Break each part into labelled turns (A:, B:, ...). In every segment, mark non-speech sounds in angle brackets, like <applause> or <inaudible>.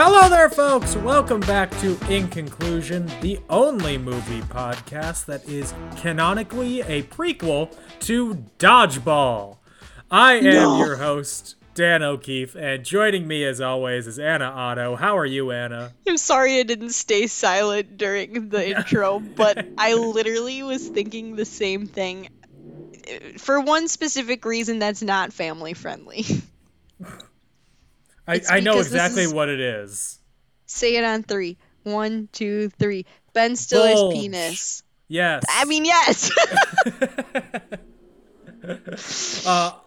A: Hello there, folks! Welcome back to In Conclusion, the only movie podcast that is canonically a prequel to Dodgeball. I am your host, Dan O'Keefe, and joining me as always is Anna Otto. How are you, Anna?
B: I'm sorry I didn't stay silent during the intro,
A: <laughs>
B: but I literally was thinking the same thing. uh, For one specific reason, that's not family friendly. <laughs>
A: I,
B: It's
A: I know
B: because this
A: exactly
B: is-
A: what it is.
B: Say it on three. One, two, three. Ben Stiller's
A: Bulge.
B: penis.
A: Yes.
B: I mean, yes. <laughs>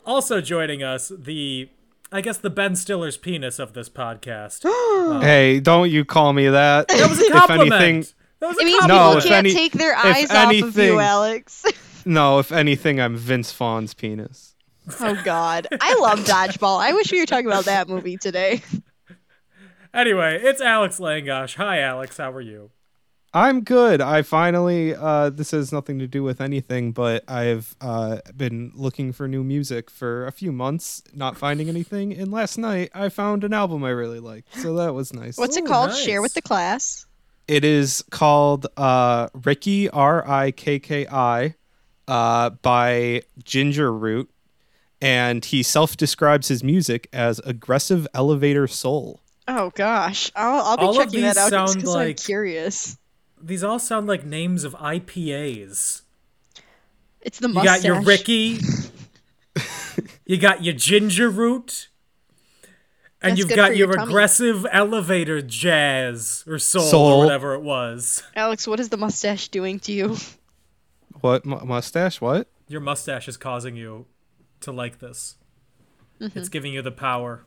A: also joining us, the, I guess, the Ben Stiller's penis of this
B: <gasps>
A: podcast.
C: Hey, don't you call me that. That
A: Oh. was a compliment.
C: If anything,
A: That was a
B: I mean,
C: No,
B: people
C: if
B: can't
C: any-
B: take their
C: if
B: eyes off of you, <laughs>
C: anything-
B: Alex.
C: no, if anything, I'm Vince Fawn's penis.
B: oh God, I love dodgeball. I wish we were talking about that movie today.
A: Anyway, it's Alex Langosh. Hi, Alex. How are you?
C: I'm good. I finally, uh, this has nothing to do with anything, but I've uh, been looking for new music for a few months, not finding anything. And last night, I found an album I really liked. So that was nice.
B: What's
A: Ooh,
B: it called?
A: nice.
B: Share with the class.
C: It is called uh, Ricky R I K K I uh, by Ginger Root, and he self-describes his music as aggressive elevator soul.
B: Oh gosh, I'll, I'll be
A: All of
B: checking that
A: these
B: out just
A: sound
B: 'cause I'm
A: like-
B: curious.
A: These all sound like names of IPAs.
B: It's the
A: You
B: mustache.
A: got your Ricky. you got your ginger root. And
B: That's
A: you've
B: good
A: got
B: for
A: your,
B: your tummy.
A: aggressive elevator jazz or soul,
C: Soul.
A: or whatever it was.
B: Alex, what is the mustache doing
A: <laughs>
B: to you?
C: What mu- mustache? What?
A: Your mustache is causing you to like this.
B: Mm-hmm.
A: It's giving you the power.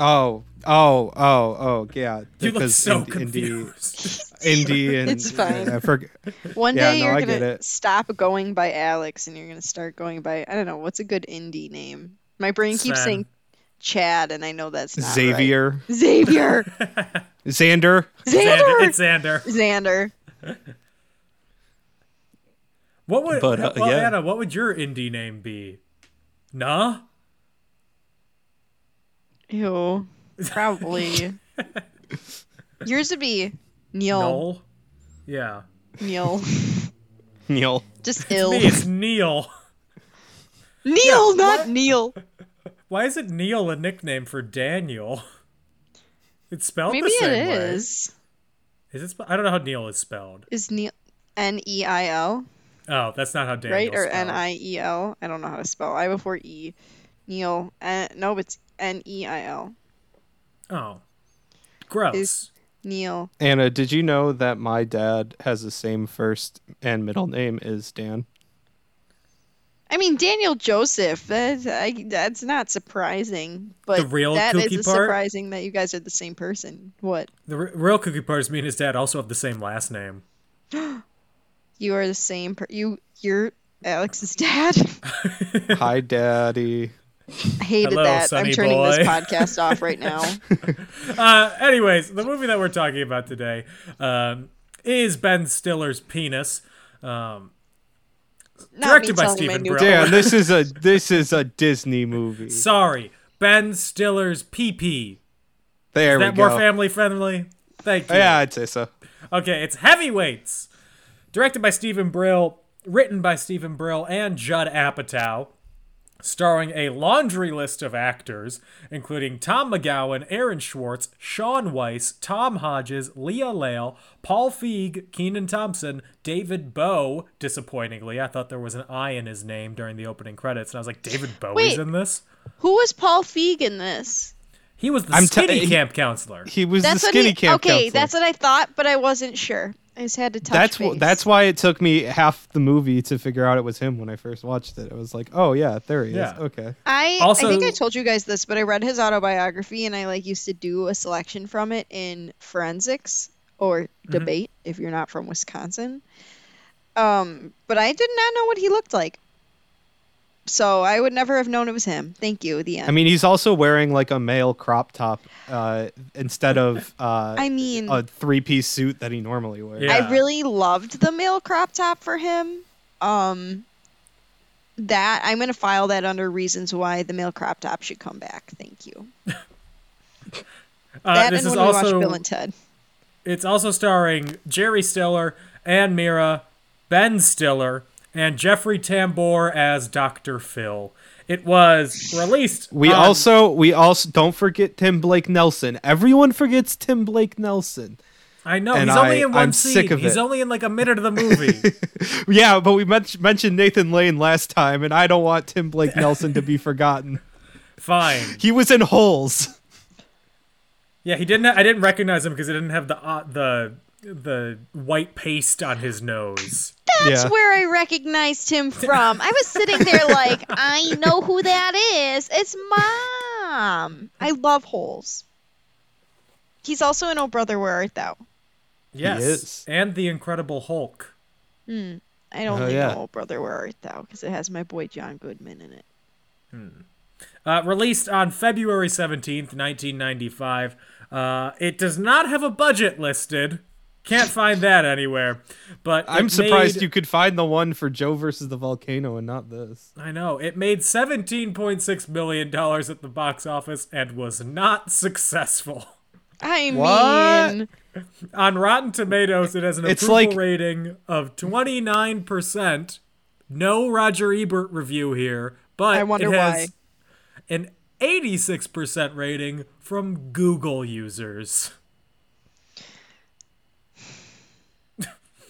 C: Oh, oh, oh, oh, yeah.
A: You look
C: because
A: so
C: in- indie,
A: confused.
C: indie, and
B: It's fine.
C: I forg-
B: One
C: Yeah,
B: day
C: no,
B: you're
C: I get
B: gonna
C: it.
B: stop going by Alex and you're gonna start going by I don't know, what's a good indie name? My brain keeps
A: Sven.
B: saying Chad and I know that's not right.
C: Xavier,
A: <laughs>
B: Xavier.
C: Xander.
A: Xander,
B: Xander.
A: it's Xander.
B: Xander.
A: What would
C: But, uh,
A: well,
C: yeah.
A: Anna? What would your indie name be? Nah.
B: Ew.
A: <laughs>
B: Probably. Yours would be Neil.
A: Noel. Yeah. <laughs>
B: Neil.
C: Neil.
B: Just ill.
A: Me, it's Neil.
B: Neil, not Neil.
A: Why is it Neil a nickname for Daniel? <laughs> It's spelled the
B: Maybe it
A: same way.
B: is.
A: Is it? Spe- I don't know how Neil is spelled.
B: Is Neil N E I L?
A: Oh, that's not how Daniel.
B: right or
A: spelled.
B: N I E L. I don't know how to spell. I before E. Neil. Uh, no, it's N E I L.
A: Oh, gross.
B: Is- Neil.
C: Anna, did you know that my dad has the same first and middle name
A: <laughs>
C: as Dan?
B: I mean Daniel Joseph. That I, that's not surprising, but
A: The real
B: that is
A: kooky
B: a
A: part?
B: surprising that you guys are the same person. What?
A: the r- real cookie part is me and his dad also have the same last name.
B: You are the same. Per- you you're Alex's dad. <laughs>
C: Hi, Daddy.
B: I hated
A: Hello,
B: that.
A: sonny
B: I'm turning
A: boy.
B: this podcast
A: <laughs>
B: off right now.
A: Uh, anyways, the movie that we're talking about today um, is Ben Stiller's Penis. Um,
B: Not me
A: Directed by
B: telling my
A: Stephen
B: new
A: Brown.
B: friend.
C: Dan,
A: <laughs>
C: this is a this is a Disney movie.
A: sorry, Ben Stiller's Pee Pee.
C: There
A: That
C: we go. Oh,
A: more family friendly. Thank you.
C: yeah, I'd say so.
A: Okay, it's Heavyweights, directed by Stephen Brill, written by Stephen Brill and Judd Apatow, starring a laundry list of actors, including Tom McGowan, Aaron Schwartz, Sean Weiss, Tom Hodges, Leah Lale, Paul Feig, Keenan Thompson, David Bowe. Disappointingly, I thought there was an I in his name during the opening credits, and I was like, David Bowie's
B: Wait.
A: in this?
B: Who was Paul Feig in this?
A: He was the
C: I'm t-
A: skinny
C: he-
A: camp counselor.
C: He was
B: That's
C: the
B: what
C: skinny
B: he,
C: camp
B: Okay,
C: counselor.
B: that's what I thought, but I wasn't sure. I just had to touch
C: That's
B: base.
C: wh- that's why it took me half the movie to figure out it was him when I first watched it. I was like, oh yeah, there he
A: Yeah.
C: is. Okay.
B: I
A: Also-
B: I think I told you guys this, but I read his autobiography and I like used to do a selection from it in forensics or
A: Mm-hmm.
B: debate if you're not from Wisconsin. Um, but I did not know what he looked like. So I would never have known it was him. Thank you. The end.
C: I mean, he's also wearing like a male crop top uh, instead of uh,
B: I mean,
C: a three piece suit that he normally wears.
A: Yeah.
B: I really loved the male crop top for him. Um, that I'm gonna file that under reasons why the male crop top should come back. Thank you.
A: Uh,
B: that
A: this
B: and
A: is
B: when we
A: also
B: watch Bill and Ted.
A: it's also starring Jerry Stiller, Ann Mira, Ben Stiller, and Jeffrey Tambor as Dr. Phil. It was released.
C: We
A: on-
B: Um,
C: also we also don't forget Tim Blake Nelson. Everyone forgets Tim Blake Nelson.
A: I know
C: and
A: he's only
C: I-
A: in one
C: I'm
A: scene.
C: sick of
A: he's
C: it.
A: only in like a minute of the movie.
C: <laughs> Yeah, but we men- mentioned Nathan Lane last time, and I don't want Tim Blake Nelson to be forgotten.
A: Fine.
C: He was in Holes.
A: Yeah, he didn't. Ha- I didn't recognize him because he didn't have the uh, the the white paste on his nose.
B: That's
C: Yeah.
B: where I recognized him from. I was sitting there like, I know who that is. It's mom. I love holes. He's also in Oh Brother Where Art Thou.
A: Yes,
C: is.
A: and the Incredible Hulk.
B: I don't
C: Oh,
B: think
C: yeah.
B: Oh Brother Where Art Thou because it has my boy John Goodman in it.
A: Uh, released on February seventeenth, nineteen ninety five. Uh, it does not have a budget listed. Can't find that anywhere. But
C: I'm
A: it
C: surprised
A: made-
C: you could find the one for Joe versus the volcano and not this.
A: I know it made seventeen point six million dollars at the box office and was not successful.
B: I
C: What?
B: mean,
A: On Rotten Tomatoes, it has an
C: It's
A: approval
C: like-
A: rating of 29%. No Roger Ebert review here, but
B: I wonder
A: it has
B: why.
A: an 86% rating from Google users.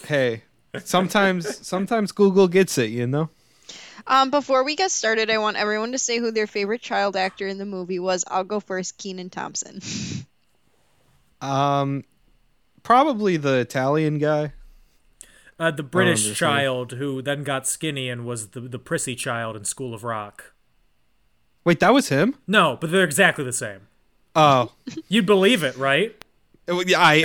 C: Hey, sometimes sometimes Google gets it, you know.
B: um, before we get started, I want everyone to say who their favorite child actor in the movie was. I'll go first, Keenan Thompson.
C: Um, probably the Italian guy.
A: Uh, the
C: understand.
A: British child who then got skinny and was the, the prissy child in School of Rock.
C: Wait, that was him.
A: No, but they're exactly the same.
C: Oh,
A: You'd believe it, right? <laughs>
C: Well, yeah, I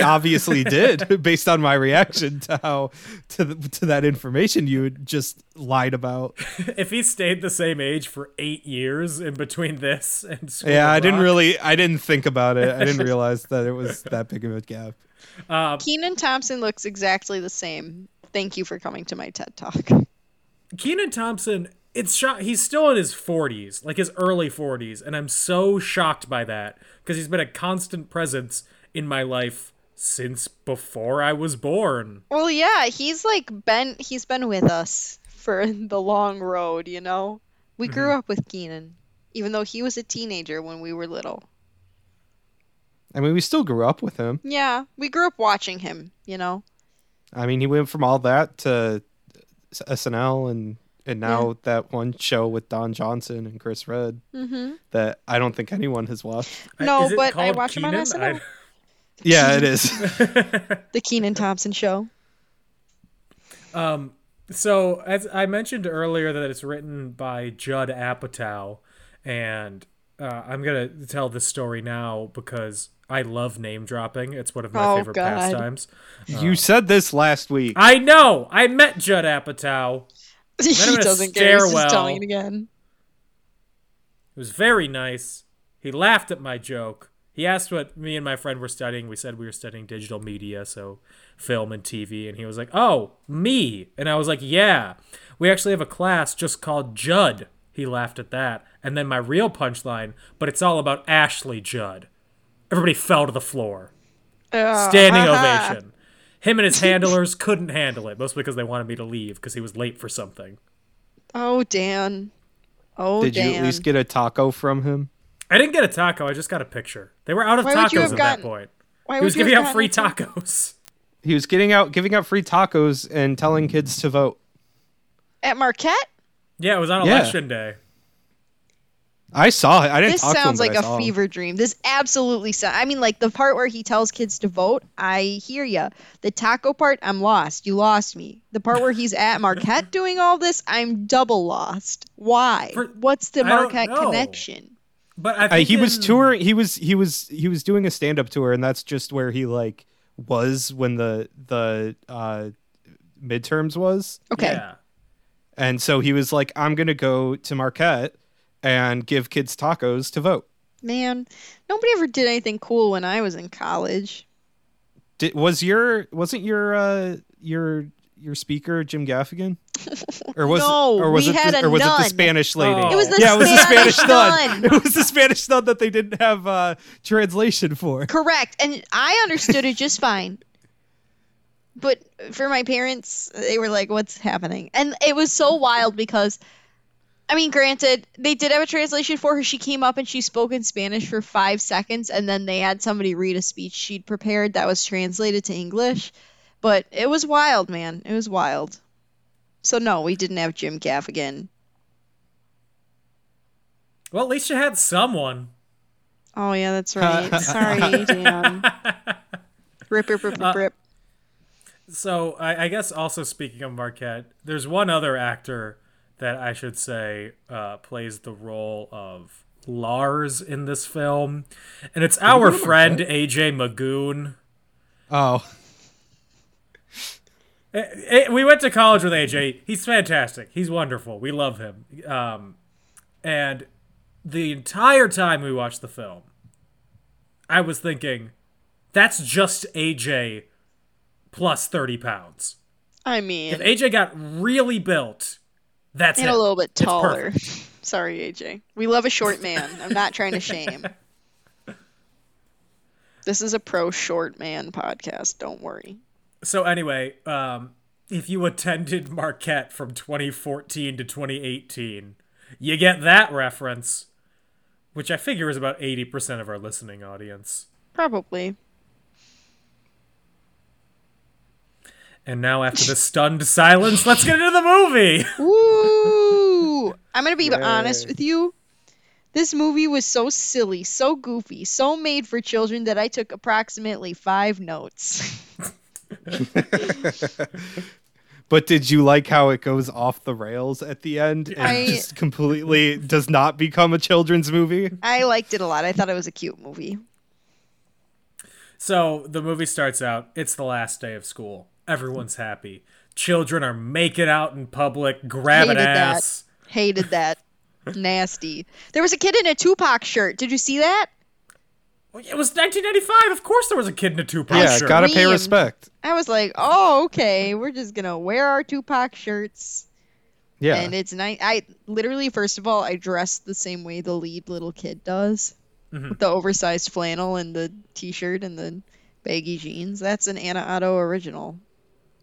B: <laughs>
C: obviously did, <laughs> based on my reaction to how to th- to that information you had just lied about.
A: If he stayed the same age for eight years in between this and School
C: Yeah,
A: of
C: I didn't
A: Rock-
C: really, I didn't think about it.
B: <laughs>
C: I didn't realize that it was that big of a gap.
B: Keenan Thompson looks exactly the same. Thank you for coming to my TED Talk.
A: Keenan Thompson, it's shot. He's still in his 40s, like his early 40s, and I'm so shocked by that because he's been a constant presence in my life since before I was born.
B: Well, yeah, he's like been he's been with us for <laughs> the long road, you know. We grew
A: Mm-hmm.
B: up with Keenan, even though he was a teenager when we were little.
C: I mean, we still grew up with him.
B: Yeah, we grew up watching him, you know.
C: I mean, he went from all that to S- SNL and and now that one show with Don Johnson and Chris Red
B: Mm-hmm.
C: that I don't think anyone
B: <laughs>
C: has watched.
A: I-
B: No,
A: is it
B: but I
A: called
B: watch him on
A: Kenan?
B: SNL.
C: Yeah, it
B: <laughs>
C: is. <laughs>
B: The Keenan Thompson show. <laughs>
A: I- um, so as I mentioned earlier, that it's written by Judd Apatow, and uh, I'm gonna tell this story now because I love name dropping. It's one of my
B: Oh,
A: favorite
B: God.
A: pastimes.
C: you said this last week.
A: I know. I met Judd Apatow.
B: he
A: him in a
B: doesn't care. He's
A: stairwell.
B: just telling it again.
A: It was very nice. He laughed at my joke. He asked what me and my friend were studying. We said we were studying digital media, so film and TV. And he was like, Oh, me. And I was like, Yeah. We actually have a class just called Judd. He laughed at that. And then my real punchline, but it's all about Ashley Judd. Everybody fell to the floor.
B: Uh,
A: Standing
B: haha.
A: ovation. Him
B: <laughs>
A: and his handlers couldn't handle it, mostly because they wanted me to leave because he was late for something.
B: Oh, Dan. Oh,
C: Did
B: Dan.
C: you at least get a taco from him?
A: I didn't get a taco. I just got a picture. They were out of
B: Why would you
A: tacos
B: have
A: at that
B: gotten-
A: point.
B: Why
A: He was
B: would you
A: giving
B: have
A: out
B: gotten
A: free
B: it from-
A: tacos. <laughs>
C: He was getting out, giving out free tacos and telling kids to vote.
B: at Marquette?
A: Yeah, it was on
C: Yeah.
A: election day.
C: I saw it. I didn't
B: This
C: talk to him,
B: sounds
C: but
B: like
C: I
B: a
C: saw him.
B: fever dream. This absolutely sounds. I mean, like the part where he tells kids to vote. I hear ya. The taco part, I'm lost. You lost me. The part where he's at Marquette doing all this, I'm double lost. Why?
A: For-
B: What's the
A: I don't
B: Marquette
A: know.
B: connection?
A: But I
C: Uh,
A: think
C: he was
A: in-
C: touring he was he was he was doing a stand-up tour and that's just where he like was when the the uh midterms was
B: Okay.
A: Yeah.
C: and so he was like i'm gonna go to marquette and give kids tacos to vote
B: Man, nobody ever did anything cool when I was in college.
C: Did, was your wasn't your uh your your speaker
B: <laughs>
C: Jim Gaffigan, or was
B: No,
C: it, or was
B: we
C: it
B: had
C: the,
B: a
C: or was it the
B: nun.
C: Spanish lady?
A: Oh. It was
B: the
C: yeah, it was
B: Spanish
C: the Spanish nun.
B: nun.
C: <laughs> It was the Spanish nun that they didn't have uh, translation for.
B: Correct. And I understood it just fine. But for my parents, they were like, what's happening? And it was so wild because, I mean, granted, they did have a translation for her. She came up and she spoke in Spanish for five seconds, and then they had somebody read a speech she'd prepared that was translated to English. But it was wild, man. It was wild. So, no, we didn't have Jim Gaffigan.
A: Well, at least you had someone.
B: Oh, yeah, that's right. Sorry, Dan. <laughs> Rip, rip, rip, rip, rip.
A: So I, I guess also speaking of Marquette, there's one other actor that I should say uh, plays the role of Lars in this film, and it's our friend AJ Magoon.
C: Oh,
A: Eh, we went to college with AJ. He's fantastic. He's wonderful. We love him. Um, and the entire time we watched the film, I was thinking, that's just AJ plus thirty pounds.
B: I mean.
A: If AJ got really built, that's
B: and
A: it.
B: a little bit
A: It's
B: taller.
A: perfect.
B: Sorry, AJ. We love a short man. I'm not trying to
A: <laughs>
B: shame. This is a pro short man podcast. Don't worry.
A: So anyway, um, if you attended Marquette from 2014 to 2018, you get that reference, which I figure is about 80% of our listening audience.
B: Probably.
A: And now after the stunned silence, let's get into the movie. <laughs>
B: Woo! I'm gonna be honest with you. This movie was so silly, so goofy, so made for children that I took approximately five notes. <laughs>
C: but did you like how it goes off the rails at the end and
B: I-
C: just completely does not become a children's movie?
B: I liked it a lot. I thought it was a cute movie.
A: So the movie starts out. It's the last day of school. Everyone's happy. Children are making out in public, grabbing
B: Hated that.
A: ass.
B: Hated
A: <laughs>
B: that. Nasty. There was a kid in a Tupac shirt. Did you see that?
A: It was 1995. Of course, there was a kid in a Tupac
C: yeah,
A: shirt.
C: gotta pay
B: Scream.
C: respect.
B: I was like, oh, okay, we're just gonna wear our Tupac shirts,
C: Yeah,
B: and it's nice. I literally, first of all, I dressed the same way the lead little kid does,
C: Mm-hmm.
B: with the oversized flannel and the t-shirt and the baggy jeans. That's an Anna Otto original,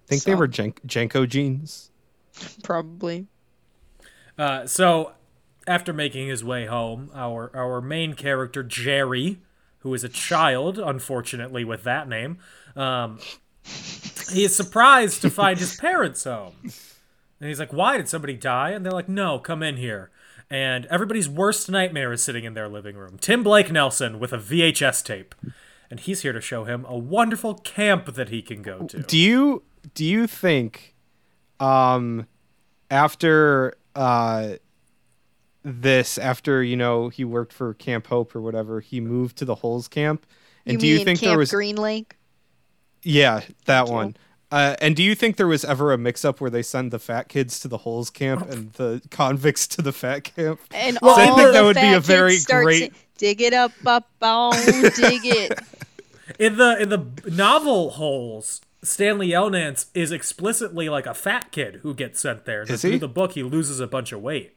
C: think they
B: so-
C: were Jen- Jenko jeans.
B: probably.
A: Uh, so after making his way home, our our main character Jerry, who is a child, unfortunately with that name, um, he is surprised to find his parents home, and he's like, "Why did somebody die?" And they're like, "No, come in here." And everybody's worst nightmare is sitting in their living room. Tim Blake Nelson with a VHS tape, and he's here to show him a wonderful camp that he can go to.
C: do you do you think um after uh this after you know he worked for camp hope or whatever he moved to the holes camp and
B: You
C: do
B: mean
C: you think
B: Camp
C: there was
B: Green Lake?
C: yeah that one uh, and do you think there was ever a mix-up where they send the fat kids to the holes camp and the <laughs> convicts to the fat camp?
B: And
C: Well,
B: all
C: I think
B: the
C: that would be
B: fat
C: a
B: kids
C: very
B: start
C: great-
B: sing- dig it up, up, oh, dig
C: <laughs>
B: it.
A: in the in the novel holes stanley elnance is explicitly like a fat kid who gets sent there
C: Is
A: through
C: he?
A: the book he loses a bunch of weight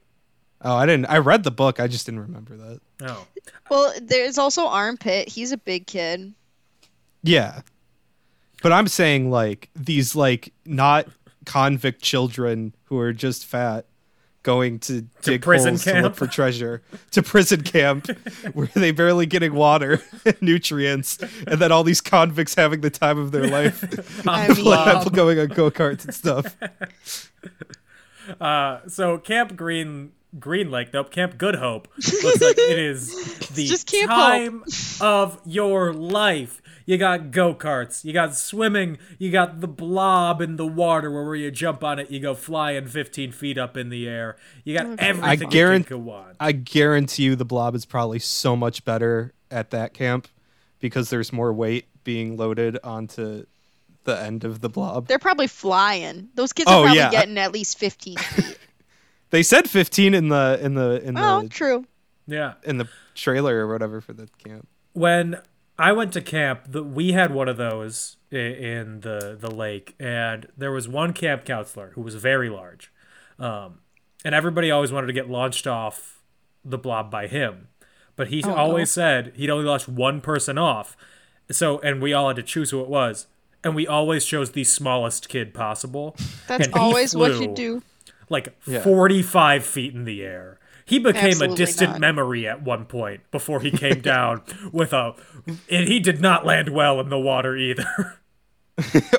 C: Oh, I didn't. I read the book. I just didn't remember that.
B: <laughs>
A: oh
B: Well, there's also Armpit. He's a big kid.
C: Yeah. But I'm saying like these like not convict children who are just fat going to, dig
A: prison
C: holes to
A: camp.
C: look for treasure to
A: <laughs>
C: prison camp where they barely getting water and nutrients and then all these convicts having the <laughs>
A: Um,
C: time of their life
B: I mean,
C: going on go-karts and stuff
A: Uh, <laughs> so Camp Green Green Lake, nope, Camp Good Hope looks like it
B: <laughs>
A: is the
B: just Camp
A: time of your life. You got go karts, you got swimming, you got the blob in the water where you jump on it, you go flying 15 feet up in the air. You got everything
C: I guarant-
A: you can go on.
C: I guarantee you the blob is probably so much better at that camp because there's more weight being loaded onto the end of the blob.
B: They're probably flying. Those kids
C: Oh,
B: are probably
C: yeah.
B: getting at least 15 feet.
C: They said 15 in the in the in the
B: oh, true.
A: Yeah.
C: in the trailer or whatever for the camp.
A: when I went to camp, the, we had one of those i- in the the lake, and there was one camp counselor who was very large, um, and everybody always wanted to get launched off the blob by him, but he always said he'd only launched one person off, so and we all had to choose who it was, and we always chose the smallest kid possible.
B: That's
A: and he
B: always what you
A: flew
B: do.
A: like 45 feet in the air. He became a
B: Absolutely
A: distant
B: not.
A: memory at one point before he came down with a. And he did not land well in the water either. <laughs>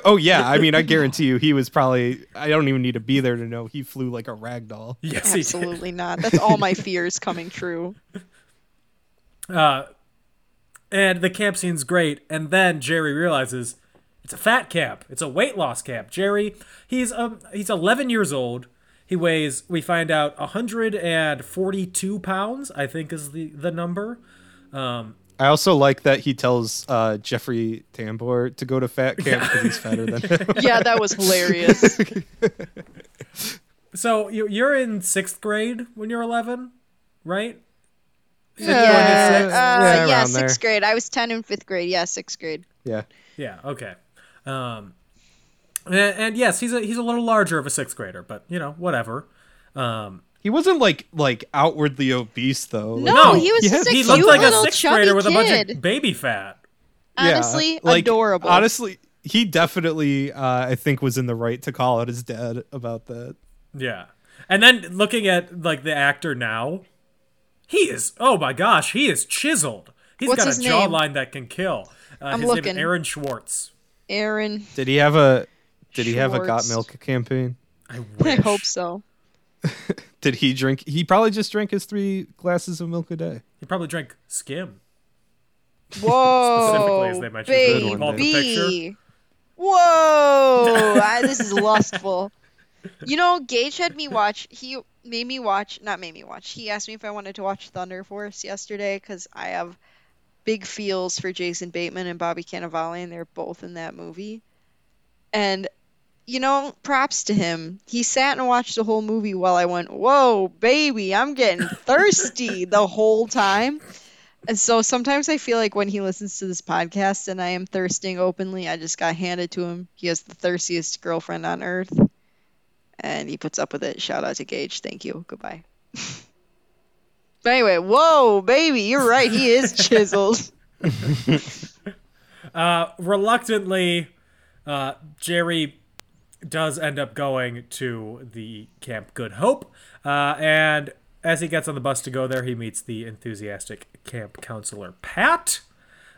C: Oh yeah, I mean I guarantee you he was probably I don't even need to be there to know he flew like a rag doll.
A: yes, he did.
B: Absolutely not. That's all my fears coming true.
A: And the camp scene's great. And then Jerry realizes it's a fat camp. It's a weight loss camp. Jerry, he's um he's 11 years old. He weighs we find out 142 pounds. I think is the the number.
C: I also like that he tells uh, Jeffrey Tambor to go to fat camp because he's fatter than him.
B: Yeah, that was hilarious. Uh,
A: So you- you're in sixth grade when you're 11, right?
B: <laughs> yeah,
C: around
B: uh, yeah,
C: there.
B: sixth grade. I was 10 in fifth grade. Yeah, sixth grade.
C: Yeah.
A: Yeah. Okay. Um, and, and yes, he's a he's a little larger of a sixth grader, but you know whatever. Um,
C: He wasn't like like outwardly obese though.
B: No,
C: Like,
B: he was
C: he
B: just
C: had-
B: a
A: he
B: cute
A: looked like a
B: little
A: sixth
B: chubby
A: grader with a bunch
B: kid.
A: of baby fat.
C: yeah,
B: Honestly,
C: like,
B: adorable.
C: Honestly, he definitely uh, I think was in the right to call out his dad about that.
A: Yeah. And then looking at like the actor now, he is oh my gosh, he is chiseled. He's
B: What's
A: got
B: his
A: a
B: name?
A: jawline that can kill. Uh,
B: I'm
A: his name
B: looking.
A: is Aaron Schwartz.
B: Aaron,
C: Did he have a Did he have a got
B: Schwartz.
C: milk campaign?
A: I
B: <laughs> I
A: wish.
B: hope so.
C: Did he drink? He probably just drank his three glasses of milk a day.
A: He probably drank skim.
B: Whoa,
A: as they mentioned,
C: good one, Paul, the
B: Oh, baby. Whoa, I, this is lustful. You know, Gage had me watch. He made me watch, not made me watch. He asked me if I wanted to watch Thunder Force yesterday because I have big feels for Jason Bateman and Bobby Cannavale, and they're both in that movie. And you know, props to him. He sat and watched the whole movie while I went, "Whoa, baby, I'm getting thirsty" the whole time. And so sometimes I feel like when he listens to this podcast and I am thirsting openly, I just got handed to him. He has the thirstiest girlfriend on earth. And he puts up with it. Shout out to Gage. Thank you. Goodbye. <laughs> but anyway, whoa, baby, you're right. He is chiseled.
A: reluctantly, uh, Jerry does end up going to the Camp Good Hope, uh, and as he gets on the bus to go there, he meets the enthusiastic camp counselor Pat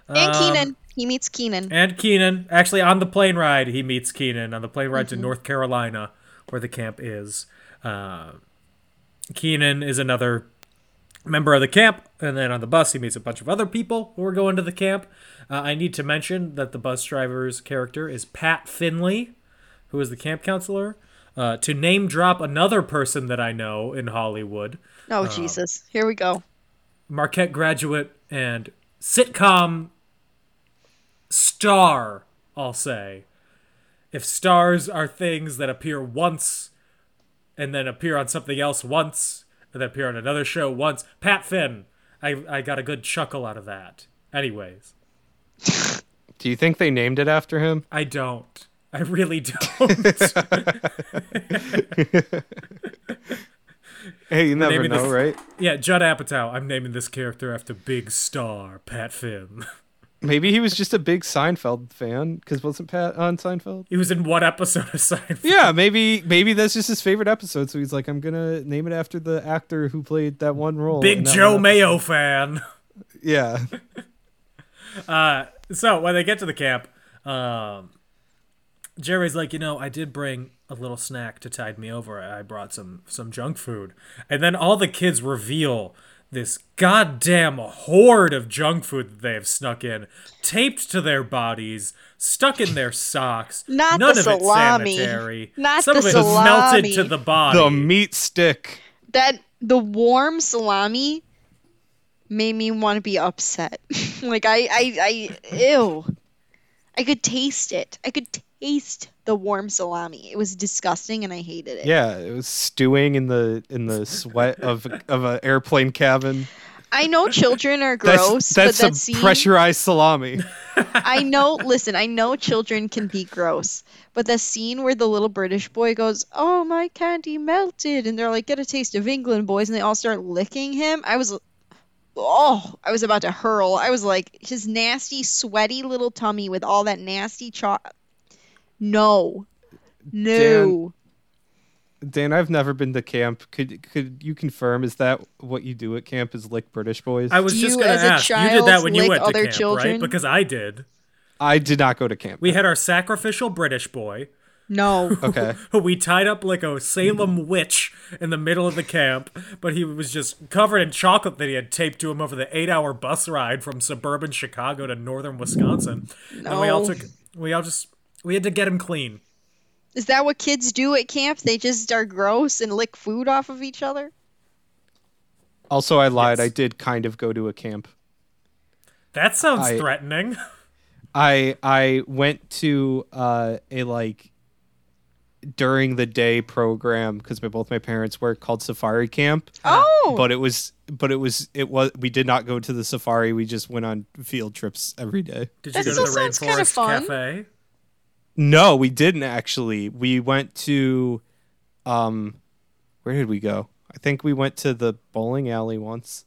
B: and Keenan. He meets Keenan.
A: and Keenan. Actually, on the plane ride, he meets Keenan on the plane ride to North Carolina, where the camp is. Uh, Keenan is another member of the camp, and then on the bus, he meets a bunch of other people who are going to the camp. Uh, I need to mention that the bus driver's character is Pat Finley, who is the camp counselor. Uh, to name drop another person that I know in Hollywood,
B: Oh, Jesus. Here we go.
A: Marquette graduate and sitcom star, I'll say. If stars are things that appear once and then appear on something else once and then appear on another show once, Pat Finn. I, I got a good chuckle out of that. Anyways,
C: Do you think they named it after him?
A: I don't. I really <laughs> don't.
C: Hey, you never
A: naming the
C: know,
A: f-
C: right?
A: yeah, Judd Apatow. I'm naming this character after big star Pat Finn. <laughs>
C: Maybe he was just a big Seinfeld fan because wasn't Pat on Seinfeld?
A: He was in one episode of Seinfeld.
C: Yeah, maybe maybe that's just his favorite episode. So he's like, I'm gonna name it after the actor who played that one role. in
A: Big
C: that
A: Joe
C: one
A: Mayo fan.
C: episode."
A: <laughs>
C: Yeah,
A: Uh, so when they get to the camp, um, Jerry's like, you know, I did bring a little snack to tide me over. I brought some some junk food, and then all the kids reveal this goddamn hoard of junk food that they have snuck in, taped to their bodies, stuck in their socks.
B: Not
A: None
B: the
A: of
B: salami.
A: it sanitary.
B: Not
A: Some
B: the
A: of it
B: salami.
A: melted to the body.
C: The meat stick.
B: that the warm salami made me want to be upset. <laughs> like I, I, I, ew. I could taste it. I could taste the warm salami. It was disgusting, and I hated it.
C: Yeah, it was stewing in the
B: <laughs>
C: in the sweat of of an airplane cabin.
B: I know children are
C: That's
B: gross,
C: that's
B: but
C: some
B: that scene. <laughs>
C: pressurized salami.
B: I know. Listen, I know children can be gross, but the scene where the little British boy goes, "Oh, my candy melted," and they're like, "Get a taste of England, boys," and they all start licking him. I was, oh, I was about to hurl. I was like, his nasty, sweaty little tummy with all that nasty chalk. No, no.
C: Dan, I've never been to camp. Could could you confirm? Is that what you do at camp? Is lick British boys?
A: I was
B: Do
A: just
B: you
A: gonna
B: as a
A: ask. You did
B: child
A: that when you
B: lick
A: went to
B: other
A: camp, right?
B: children?
A: Because I did.
C: I did not go to camp.
A: We had our sacrificial British boy,
B: no.
C: <laughs> okay.
A: who <laughs> we tied up like a Salem witch in the middle of the camp, but he was just covered in chocolate that he had taped to him over the eight-hour bus ride from suburban Chicago to northern Wisconsin. And we all
B: No.
A: took. We all just. We had to get him clean.
B: Is that what kids do at camp? They just are gross and lick food off of each other?
C: Also, I lied.
A: Yes.
C: I did kind of go to a camp.
A: That sounds
C: I-
A: threatening. <laughs>
C: I I went to uh, a like during the day program because my, both my parents work called Safari Camp.
B: Oh,
C: But it was but it was it was we did not go to the safari. We just went on field trips every day.
A: Did you go
B: That
A: to the
B: still sounds kinda
A: rainforest
B: fun.
A: cafe?
C: No, we didn't actually. We went to um where did we go? I think we went to the bowling alley <laughs> once.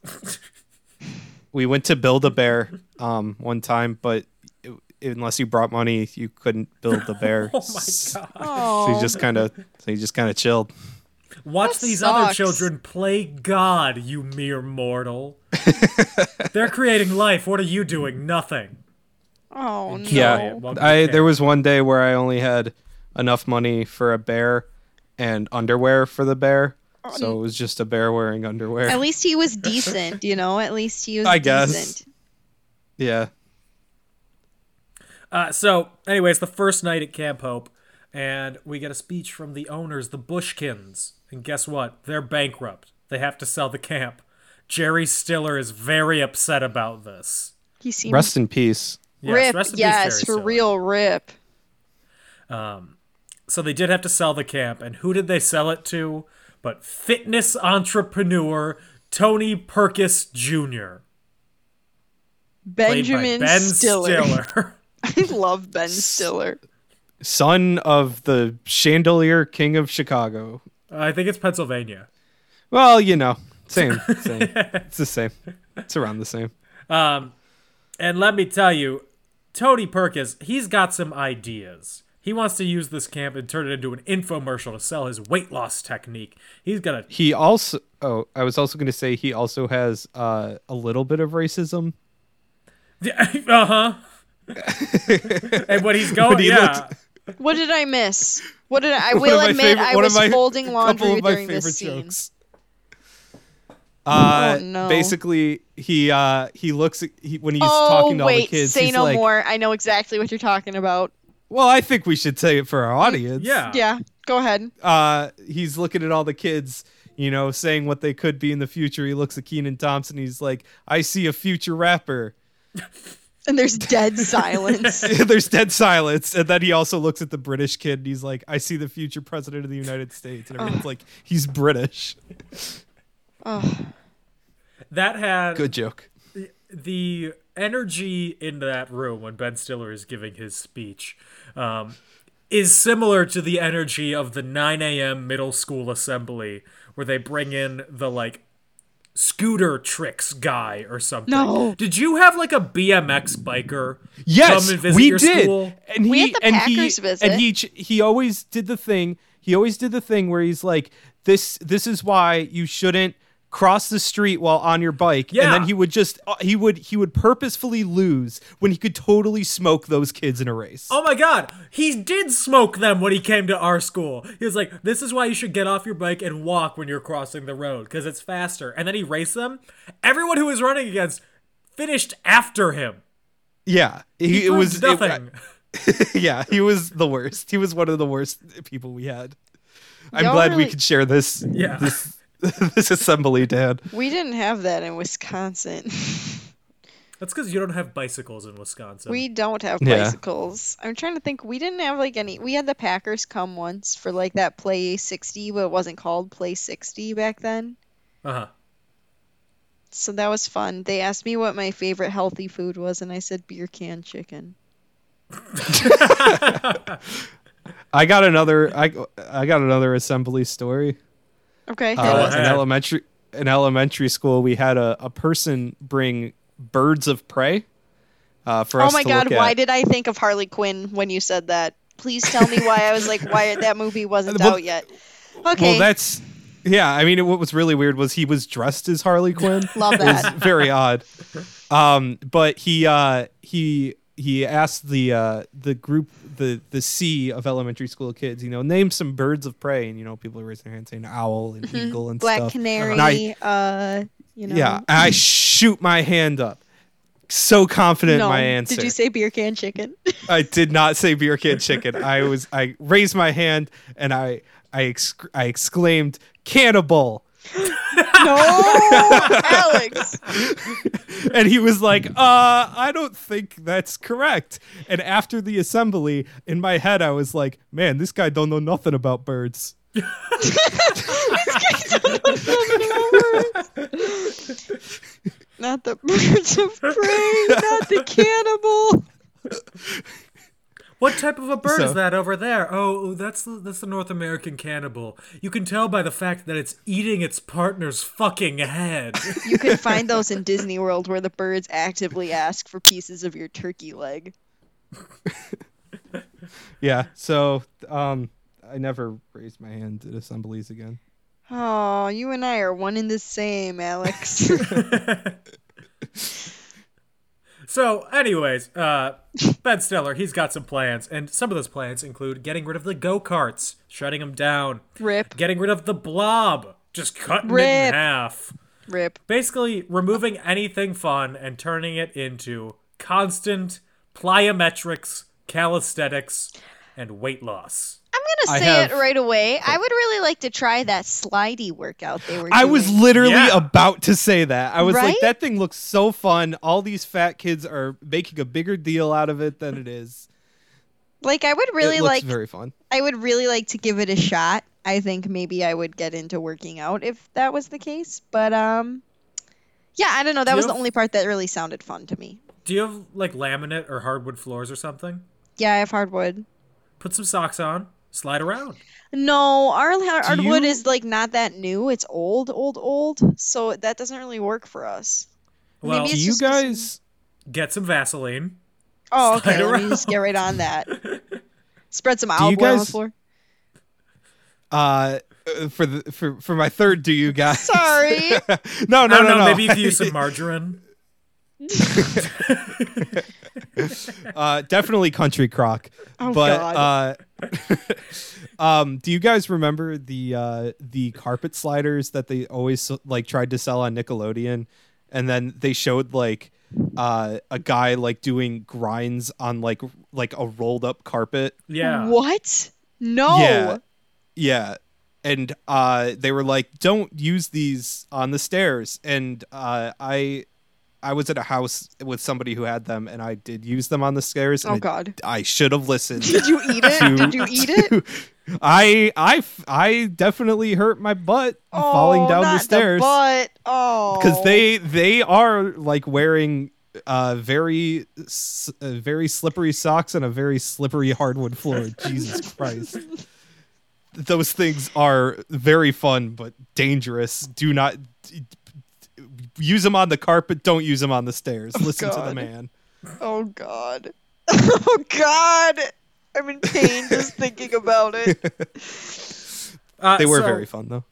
C: we went to build a bear um one time, but it, unless you brought money, you couldn't build the bear. <laughs>
A: Oh my god!
B: oh,
C: So you just kind of so you just kind of chilled.
A: Watch
B: That
A: these other
B: sucks.
A: children play God, you mere mortal. They're creating life. What are you doing? Nothing.
B: oh no.
C: Yeah.
A: Welcome to
C: I there
A: camp.
C: was one day where I only had enough money for a bear and underwear for the bear. So it was just a bear wearing underwear.
B: Oh, At least he was decent, you know. At least he was
C: <laughs> I guess.
B: decent.
C: yeah.
A: Uh, so, anyways, the first night at Camp Hope, and we get a speech from the owners, the Bushkins. And guess what? They're bankrupt. They have to sell the camp. Jerry Stiller is very upset about this.
B: He seemed
C: Rest in peace.
A: Yes,
B: rip.
A: rest in peace,
B: yes,
A: Jerry
B: for
A: Stiller.
B: real, rip.
A: So they did have to sell the camp, and who did they sell it to? But fitness entrepreneur Tony Perkis Jr. played by
B: Benjamin
A: ben
B: Stiller.
A: Stiller.
B: <laughs>
A: <laughs>
B: I love Ben Stiller.
C: son of the chandelier king of Chicago.
A: I think it's Pennsylvania.
C: Well, you know, same, same. it's the same. It's around the same.
A: And let me tell you, Tony Perkins, he's got some ideas. He wants to use this camp and turn it into an infomercial to sell his weight loss technique. He's gonna <laughs>
C: He also. Oh, I was also going to say he also has uh, a little bit of racism.
A: uh huh. and when he's going,
C: he
A: yeah,
C: looked-
B: What did I miss? What did I? I will
C: of my
B: admit
C: favorite-
B: I
C: one of
B: was
C: my- <laughs>
B: folding
C: couple
B: laundry
C: of my
B: during this
C: favorite
B: scene.
C: jokes. Uh,
B: Oh, no.
C: basically, he uh, he looks at- he, when he's
B: Oh
C: talking to all the
B: wait,
C: kids.
B: say
C: he's
B: no
C: like,
B: more. I know exactly what you're talking about.
C: Well, I think we should say it for our audience.
A: yeah,
B: Yeah, go ahead.
C: uh, he's looking at all the kids, you know, saying what they could be in the future. He looks at Keenan Thompson. He's like, I see a future rapper. <laughs>
B: And there's dead silence.
C: There's dead silence. And then he also looks at the British kid and he's like, I see the future president of the United
B: Oh.
C: States. And everyone's like, he's British.
A: That had
C: Good joke.
A: the energy in that room when Ben Stiller is giving his speech um, is similar to the energy of the 9 a.m. middle school assembly where they bring in the like scooter tricks guy or something.
B: No.
A: Did you have like a BMX biker
C: Yes,
A: come and visit
C: we
A: your
C: did.
A: school?
C: And he
B: We had the
C: and
B: Packers
C: he,
B: visit.
C: and he ch- he always did the thing. He always did the thing where he's like, "This this is why you shouldn't cross the street while on your bike and then
A: Yeah.
C: he would just uh, he would he would purposefully lose when he could totally smoke those kids in a race.
A: Oh my god, he did smoke them when he came to our school. He was like, "This is why you should get off your bike and walk when you're crossing the road because it's faster." And then he raced them. Everyone who was running against finished after him.
C: Yeah. He,
A: He
C: it was
A: proved
C: it- uh,
A: nothing.
C: <laughs> yeah, he was the worst. He was one of the worst people we had. I'm
B: Y'all
C: glad we
B: really-
C: could share this
A: <laughs>
C: <laughs>
A: yeah,
C: this assembly, Dad.
B: We didn't have that in Wisconsin. <laughs>
A: that's because you don't have bicycles in Wisconsin.
B: we don't have
C: Yeah.
B: bicycles. I'm trying to think. We didn't have like any. We had the Packers come once for like that Play 60, but it wasn't called Play 60 back then.
A: uh huh.
B: So that was fun. They asked me what my favorite healthy food was, and I said beer can chicken.
C: I got another I I got another assembly story.
B: Okay.
C: Uh, in
A: ahead.
C: elementary in elementary school we had a, a person bring birds of prey uh, for
B: oh
C: us
B: my
C: to
B: god,
C: look at.
B: why did I think of Harley Quinn when you said that? Please tell me why I was like,
C: <laughs>
B: why that movie wasn't
C: Well-
B: out yet. Okay.
C: Well, that's yeah. I mean, it, what was really weird was he was dressed as
B: <laughs>
C: Harley Quinn.
B: Love
C: It was
B: that.
C: <laughs> very odd. Um, but he uh, he he asked the uh, the group the the C of elementary school kids, you know, name some birds of prey, and you know, people are raising their hand saying owl and eagle and
B: Mm-hmm. Black
C: stuff.
B: Canary,
C: And I-
B: uh, you know.
C: yeah, I shoot my hand up. So confident
B: no.
C: in my answer.
B: Did you say beer can
C: <laughs>
B: chicken?
C: I did not say beer can chicken. I was I raised my hand and I I exc- I exclaimed cannibal.
B: no,
C: Oh!
B: <laughs> Alex.
C: and he was like, uh, I don't think that's correct. And after the assembly, in my head, I was like, man, this guy don't know nothing about birds.
B: Not the birds of prey, not the cannibal.
A: What type of a bird is
C: So-
A: that over there? Oh, that's the, that's the North American cannibal. You can tell by the fact that it's eating its partner's fucking head. <laughs>
B: You can find those in Disney World where the birds actively ask for pieces of your turkey leg.
C: Yeah. So um, I never raised my hand at assemblies again.
B: Oh, you and I are one in the same, Alex.
A: So, anyways, uh, Ben Stiller, he's got some plans, and some of those plans include getting rid of the go karts, shutting them down,
B: <laughs> Rip,
A: getting rid of the blob, just cutting it in
B: Rip.
A: half,
B: rip.
A: basically removing anything fun and turning it into constant plyometrics, calisthenics, and weight loss.
B: I'm
C: I
B: gonna say
C: have-
B: it right away. I Oh. would really like to try that slidey workout they were.
C: I was
B: doing.
C: literally
A: Yeah.
C: about to say that. I was like,
B: Right?
C: that thing looks so fun. All these fat kids are making a bigger deal out of it than it is.
B: like, I would
C: it
B: <laughs> really
C: looks
B: like.
C: very fun.
B: I would really like to give it a shot. I think maybe I would get into working out if that was the case. But um, yeah, I don't know. That was the
A: Yep.
B: only part that really sounded fun to me.
A: Do you have like laminate or hardwood floors or something?
B: Yeah, I have hardwood.
A: Put some socks on, slide around.
B: No, our har- hardwood
C: you-
B: is like not that new. It's old, old, old. So that doesn't really work for us.
A: Well,
B: Maybe
C: Do
B: it's
C: you
B: just 'cause-
C: guys?
A: get some Vaseline.
B: Oh, okay.
A: Slide
B: Let me just get right on
C: <laughs>
B: that. Spread some
C: you
B: olive oil on the
C: guys-
B: floor.
C: Uh, for the for for my third, do you
B: <laughs>
C: guys?
B: Sorry.
C: <laughs> no,
A: I
C: no,
A: don't
C: no, <laughs>
A: know.
C: no.
A: Maybe you could use some margarine.
C: Uh, definitely country crock.
B: Oh,
C: but
B: God.
C: uh, <laughs> um, do you guys remember the uh, the carpet sliders that they always like tried to sell on Nickelodeon, and then they showed like uh, a guy like doing grinds on like like a rolled up carpet.
A: Yeah.
B: What? No.
C: Yeah. Yeah. And uh, they were like, "Don't use these on the stairs." And uh, I, I was at a house with somebody who had them, and I did use them on the stairs. and
B: Oh
C: I- <laughs>
B: God.
C: I should have listened.
B: Did you eat it? Did you eat it?
C: <laughs> I, I, f- I definitely hurt my butt falling down the
B: Oh, not
C: stairs
B: butt. Oh,
C: because they they are like wearing uh very s- uh, very slippery socks and a very slippery
B: <laughs>
C: hardwood floor jesus christ those things are very fun but dangerous do not d- d- use them on the carpet don't use them on the stairs listen to the
B: God.
C: man
B: Oh God. <laughs> Oh God.
C: <laughs>
B: I'm in pain just thinking about it.
A: Uh,
C: they were
A: so
C: very fun though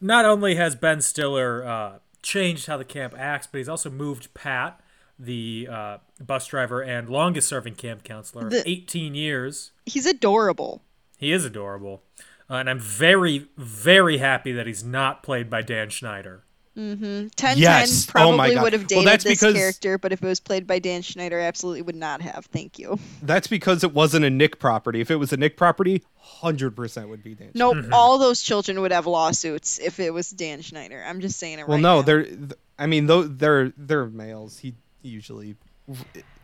A: not only has Ben Stiller uh, changed how the camp acts, but he's also moved Pat, the uh, bus driver and longest serving camp counselor,
B: The-
A: 18 years.
B: He's adorable.
A: He is adorable. Uh, and I'm very, very happy that he's not played by Dan Schneider.
B: 1010
C: Yes. Oh my
B: probably
C: God.
B: would have
C: Well,
B: dated
C: that's
B: this
C: because-
B: character, but if it was played by Dan Schneider, absolutely would not have. Thank you.
C: That's because it wasn't a Nick property. If it was a Nick property, 100% would be Dan. Schneider.
B: Nope. All those children would have lawsuits if it was Dan Schneider. I'm just saying it
C: Well,
B: right
C: no,
B: now.
C: they're. th- I mean, though they're they're males. He usually.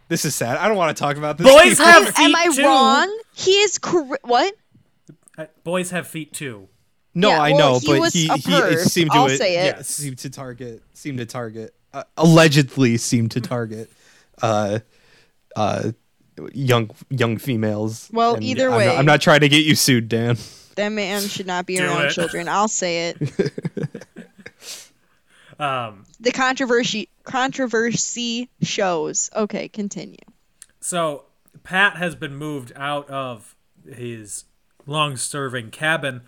C: This is sad. I don't want to talk about this.
A: Boys
C: Keep-
A: have feet
B: Am I
A: too.
B: wrong? He is cor- what?
A: Uh, Boys have feet too.
C: No,
B: Yeah,
C: I
B: well,
C: know,
B: he
C: but
B: was
C: he,
B: a
C: he
B: perv.
C: seemed to
B: I'll say it.
A: Yes.
C: seemed to target seemed to target uh, allegedly seemed to target uh uh young young females.
B: Well, either
C: I'm
B: way-
C: not, I'm not trying to get you sued, Dan.
B: That man should not be
A: Do
B: around
A: it.
B: children. I'll say it.
A: Um,
B: the controversy controversy shows. Okay, continue.
A: So Pat has been moved out of his long-serving cabin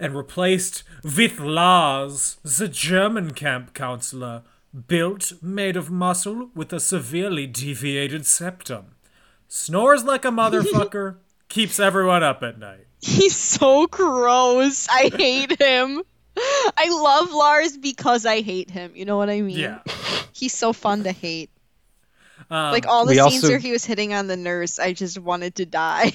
A: and replaced with Lars, the German camp counselor, built, made of muscle, with a severely deviated septum. Snores like a motherfucker, keeps everyone up at night.
B: <laughs> He's so gross. I hate him. I love Lars because I hate him. You know what I mean?
A: Yeah. Um,
B: He's so fun to hate. like all the
C: we
B: scenes
C: also-
B: where he was hitting on the nurse, I just wanted to die.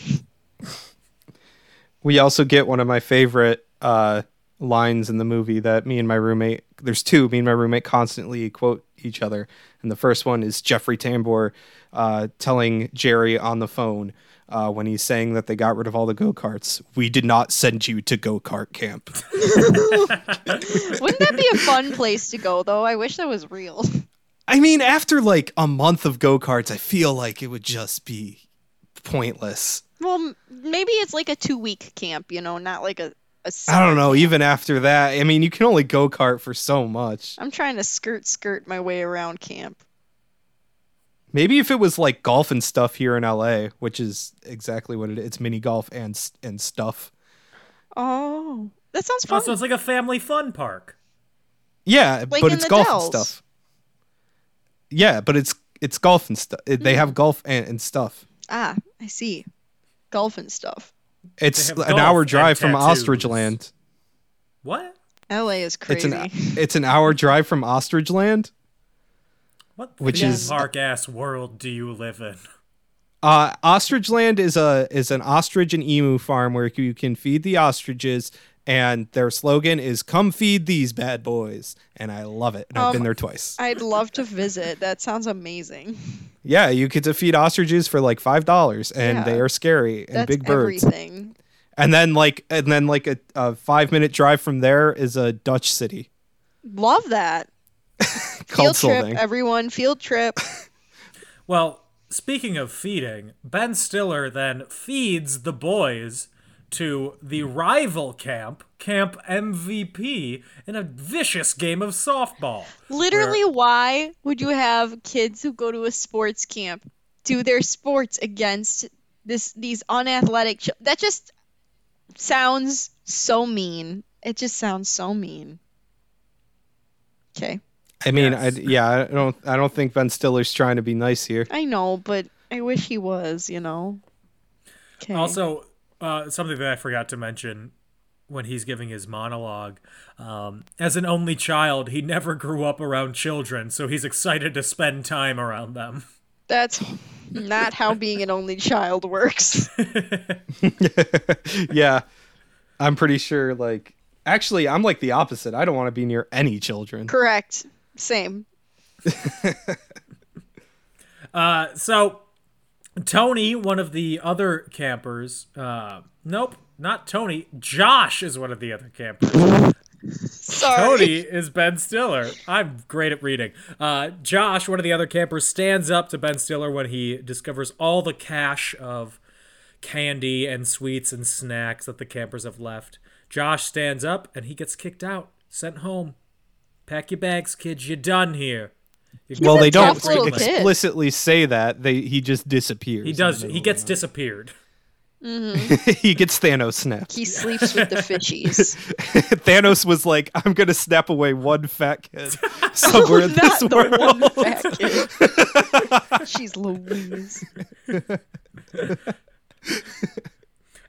B: <laughs>
C: we also get one of my favorite uh, lines in the movie that me and my roommate there's two me and my roommate constantly quote each other and the first one is jeffrey tambor uh, telling jerry on the phone uh, when he's saying that they got rid of all the go-karts we did not send you to go-kart camp <laughs>
B: Wouldn't that be a fun place to go though? I wish that was real.
C: i mean after like a month of go-karts i feel like it would just be pointless
B: Well, m- maybe it's like a two week camp, you know, not like a. a s-
C: i don't know even after that i mean you can only go-kart for so much
B: I'm trying to skirt skirt my way around camp.
C: Maybe if it was like golf and stuff here in LA, which is exactly what it is. It's mini golf and s- and stuff.
B: Oh, that sounds fun.
A: Also, it's like a family fun park.
C: Yeah,
B: Like
C: but
B: in
C: it's
B: the
C: golf
B: Dells.
C: and stuff. Yeah, but it's it's golf and stuff.
B: Hmm.
C: They have golf and, and stuff.
B: ah, I see. Golf and stuff.
C: It's
A: have
C: an
A: golf
C: hour
A: and
C: drive from
A: tattoos.
C: Ostrich Land.
A: What?
B: LA is
C: It's
B: crazy.
C: an <laughs> it's an hour drive from Ostrich Land.
A: What
C: Which
A: theme
C: is-
A: park ass world do you live in?
C: Uh, ostrich Land is a is an ostrich and emu farm where you can feed the ostriches, and their slogan is "Come feed these bad boys," and I love it. And I've
B: Um,
C: been there twice.
B: I'd love to visit. That sounds amazing.
C: Yeah, you get to feed ostriches for like five dollars, and
B: Yeah.
C: they are scary and
B: That's
C: big birds.
B: everything.
C: And then like, and then like a, a five minute drive from there is a Dutch city <laughs>
B: Love that. Field
C: called
B: trip,
C: Solding.
B: everyone. Field
C: <laughs>
B: trip.
A: Well, speaking of feeding, Ben Stiller then feeds the boys to the rival camp, Camp MVP, in a vicious game of softball.
B: Literally, why would you have kids who go to a sports camp do their sports against this these unathletic? Ch- that just sounds so mean. It just sounds so mean. Okay,
C: I mean,
A: Yes.
C: I, yeah, I don't, I don't think Ben Stiller's trying to be nice
B: <laughs>
C: here. <laughs>
B: I know, but I wish he was. You know. 'Kay.
A: Also, uh, something that I forgot to mention when he's giving his monologue um, as an only child, he never grew up around children, so he's excited to spend time around them.
B: that's not how being an only child
C: <laughs>
B: works.
C: yeah, I'm pretty sure. Like, actually, I'm like the opposite. I don't want to be near any children.
B: Correct. Same.
A: So, Tony, one of the other campers, uh, nope, not Tony. Josh is one of the other campers.
B: Sorry.
A: Tony is Ben Stiller. I'm great at reading. Uh, Josh, one of the other campers, stands up to Ben Stiller when he discovers all the cache of candy and sweets and snacks that the campers have left. Josh stands up and he gets kicked out, sent home. Pack your bags, kids. You're done here. You're
C: well,
A: going
C: they
B: a
C: don't
B: tough little kid.
C: explicitly say that. They he just disappears.
A: He does. He gets disappeared.
C: <laughs> he gets Thanos snapped.
B: He sleeps with the fishies.
C: Thanos was like, I'm gonna snap away one fat
B: <laughs>
C: kid somewhere in
B: Not
C: <laughs> this
B: the
C: world.
B: <laughs> one fat
C: <laughs>
B: kid. She's Louise.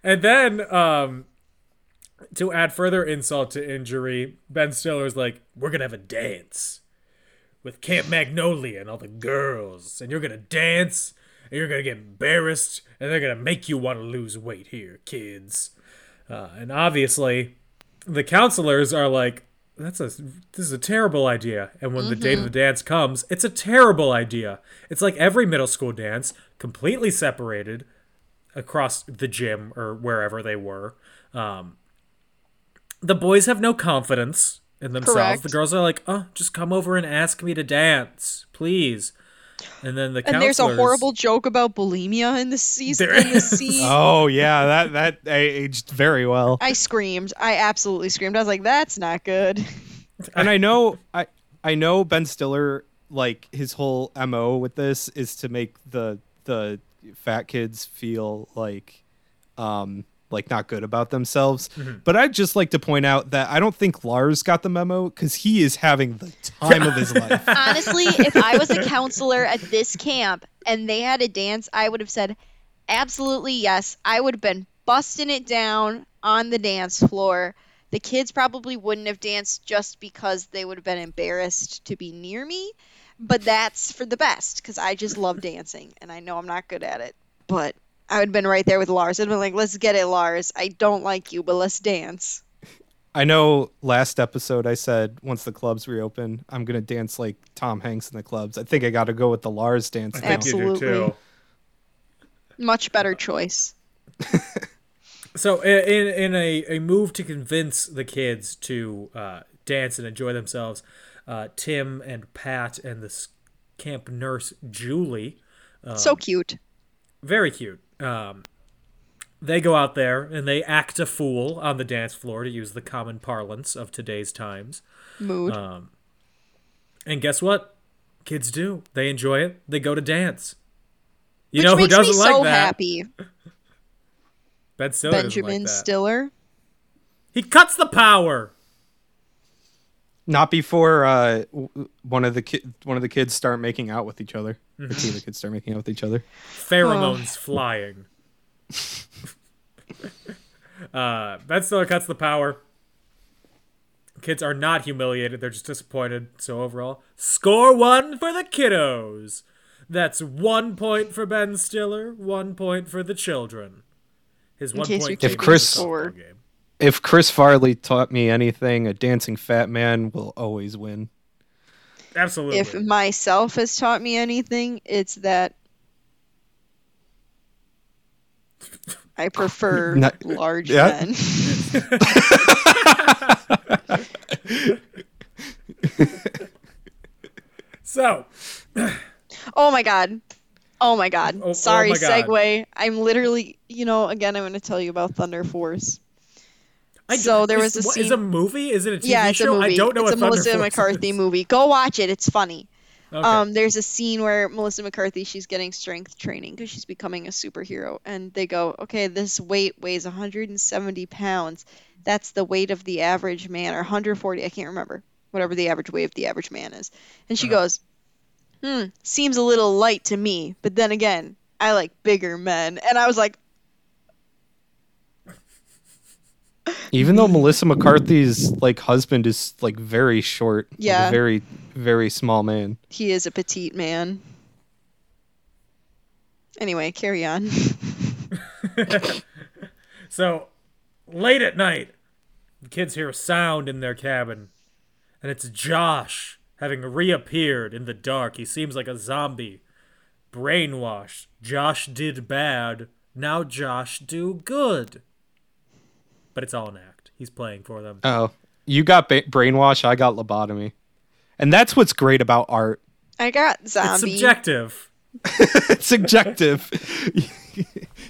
A: And then, um, to add further insult to injury, Ben Stiller's like, "We're gonna have a dance with Camp Magnolia and all the girls, and you're gonna dance, and you're gonna get embarrassed, and they're gonna make you want to lose weight here, kids." Uh, and obviously, the counselors are like, "That's a this is a terrible idea." And when the date
B: Mm-hmm.
A: of the dance comes, it's a terrible idea. It's like every middle school dance, completely separated across the gym or wherever they were. Um, the boys have no confidence in themselves.
B: Correct.
A: The girls are like, "Oh, just come over and ask me to dance, please." And then the
B: And there's a
A: counselors-
B: horrible joke about bulimia in this season.
A: There
B: In this scene.
C: Oh yeah, that that aged very well.
B: I screamed. I absolutely screamed. I was like, "That's not good."
C: and I know I I know Ben Stiller like his whole mo with this is to make the the fat kids feel like um like not good about themselves
B: Mm-hmm.
C: but i'd just like to point out that i don't think lars got the memo because he is having the time
B: <laughs>
C: of his life
D: Honestly, if I was a counselor at this camp and they had a dance, I would have said,
B: Absolutely yes. I would have been busting it down on the dance floor. The kids probably wouldn't have danced just because they would have been embarrassed to be near me, but that's for the best because I just love dancing and I know I'm not good at it. But I would have been right there with Lars. I'd have been like, let's get it, Lars. I don't like you, but let's dance.
C: i know last episode i said once the clubs reopen i'm gonna dance like tom hanks in the clubs i think i gotta go with the lars dance now.
A: Thank you, do
B: Absolutely.
A: too.
B: Much
A: Uh,
B: better choice.
A: So i- in in a, a move to convince the kids to uh, dance and enjoy themselves, uh, Tim and Pat and this camp nurse Julie, uh,
B: so cute.
A: very cute. Um, they go out there and they act a fool on the dance floor to use the common parlance of today's times. Um,
B: Mood.
A: And guess what? Kids do. They enjoy it. They go to dance. You
B: Which
A: know who
B: makes
A: doesn't
B: me
A: like
B: so
A: that?
B: happy.
A: Ben Stiller doesn't like
B: Benjamin
A: that.
B: Stiller.
A: He cuts the power.
C: Not before uh, w- w- one of the ki- one of the kids start making out with each other. Or
A: Mm-hmm.
C: two of the kids start making out with each other.
A: pheromones flying. <laughs> uh, Ben Stiller cuts the power. Kids are not humiliated; they're just disappointed. So overall, score one for the kiddos. That's one point for Ben Stiller, one point for the children. His one
B: case you
A: point. came
B: keep
C: If Chris-
A: from the softball
B: score.
A: game.
C: If Chris Farley taught me anything, a dancing fat man will always win.
A: absolutely.
B: if myself has taught me anything, it's that I
C: <laughs>
B: prefer
C: Not-
B: large
C: Yeah.
B: men. <laughs>
A: so,
B: Oh my god. Oh my god.
A: Oh- oh
B: Sorry,
A: my God.
B: segue. I'm literally, you know, again, I'm going to tell you about Thunder Force.
A: I,
B: So there
A: is-
B: was a
A: what- Is
B: scene-
A: a movie? Is it a TV
B: yeah, it's
A: show?
B: a movie.
A: I don't know.
B: it's
A: what
B: a
A: Thunder
B: Melissa
A: Force
B: McCarthy
A: is.
B: movie. Go watch it. It's funny.
A: Okay.
B: Um, there's a scene where Melissa McCarthy she's getting strength training because she's becoming a superhero, and they go, "Okay, this weight weighs 170 pounds. That's the weight of the average man, or 140. I can't remember whatever the average weight of the average man is." And
A: Uh-huh.
B: she goes, "Hmm, seems a little light to me, but then again, I like bigger men." And I was like,
C: Even though Melissa McCarthy's like husband is like very short, like, a
B: Yeah.
C: very very small man.
B: "He is a petite man." Anyway, carry on. <laughs>
A: So late at night, the kids hear a sound in their cabin, and it's Josh having reappeared in the dark. He seems like a zombie. Brainwashed. Josh did bad. Now Josh do good. But it's all an act. He's playing for them.
C: Oh, you got ba- brainwash, I got lobotomy, and that's what's great about art.
B: I got
A: It's
B: zombie.
A: subjective.
C: It's <laughs> subjective.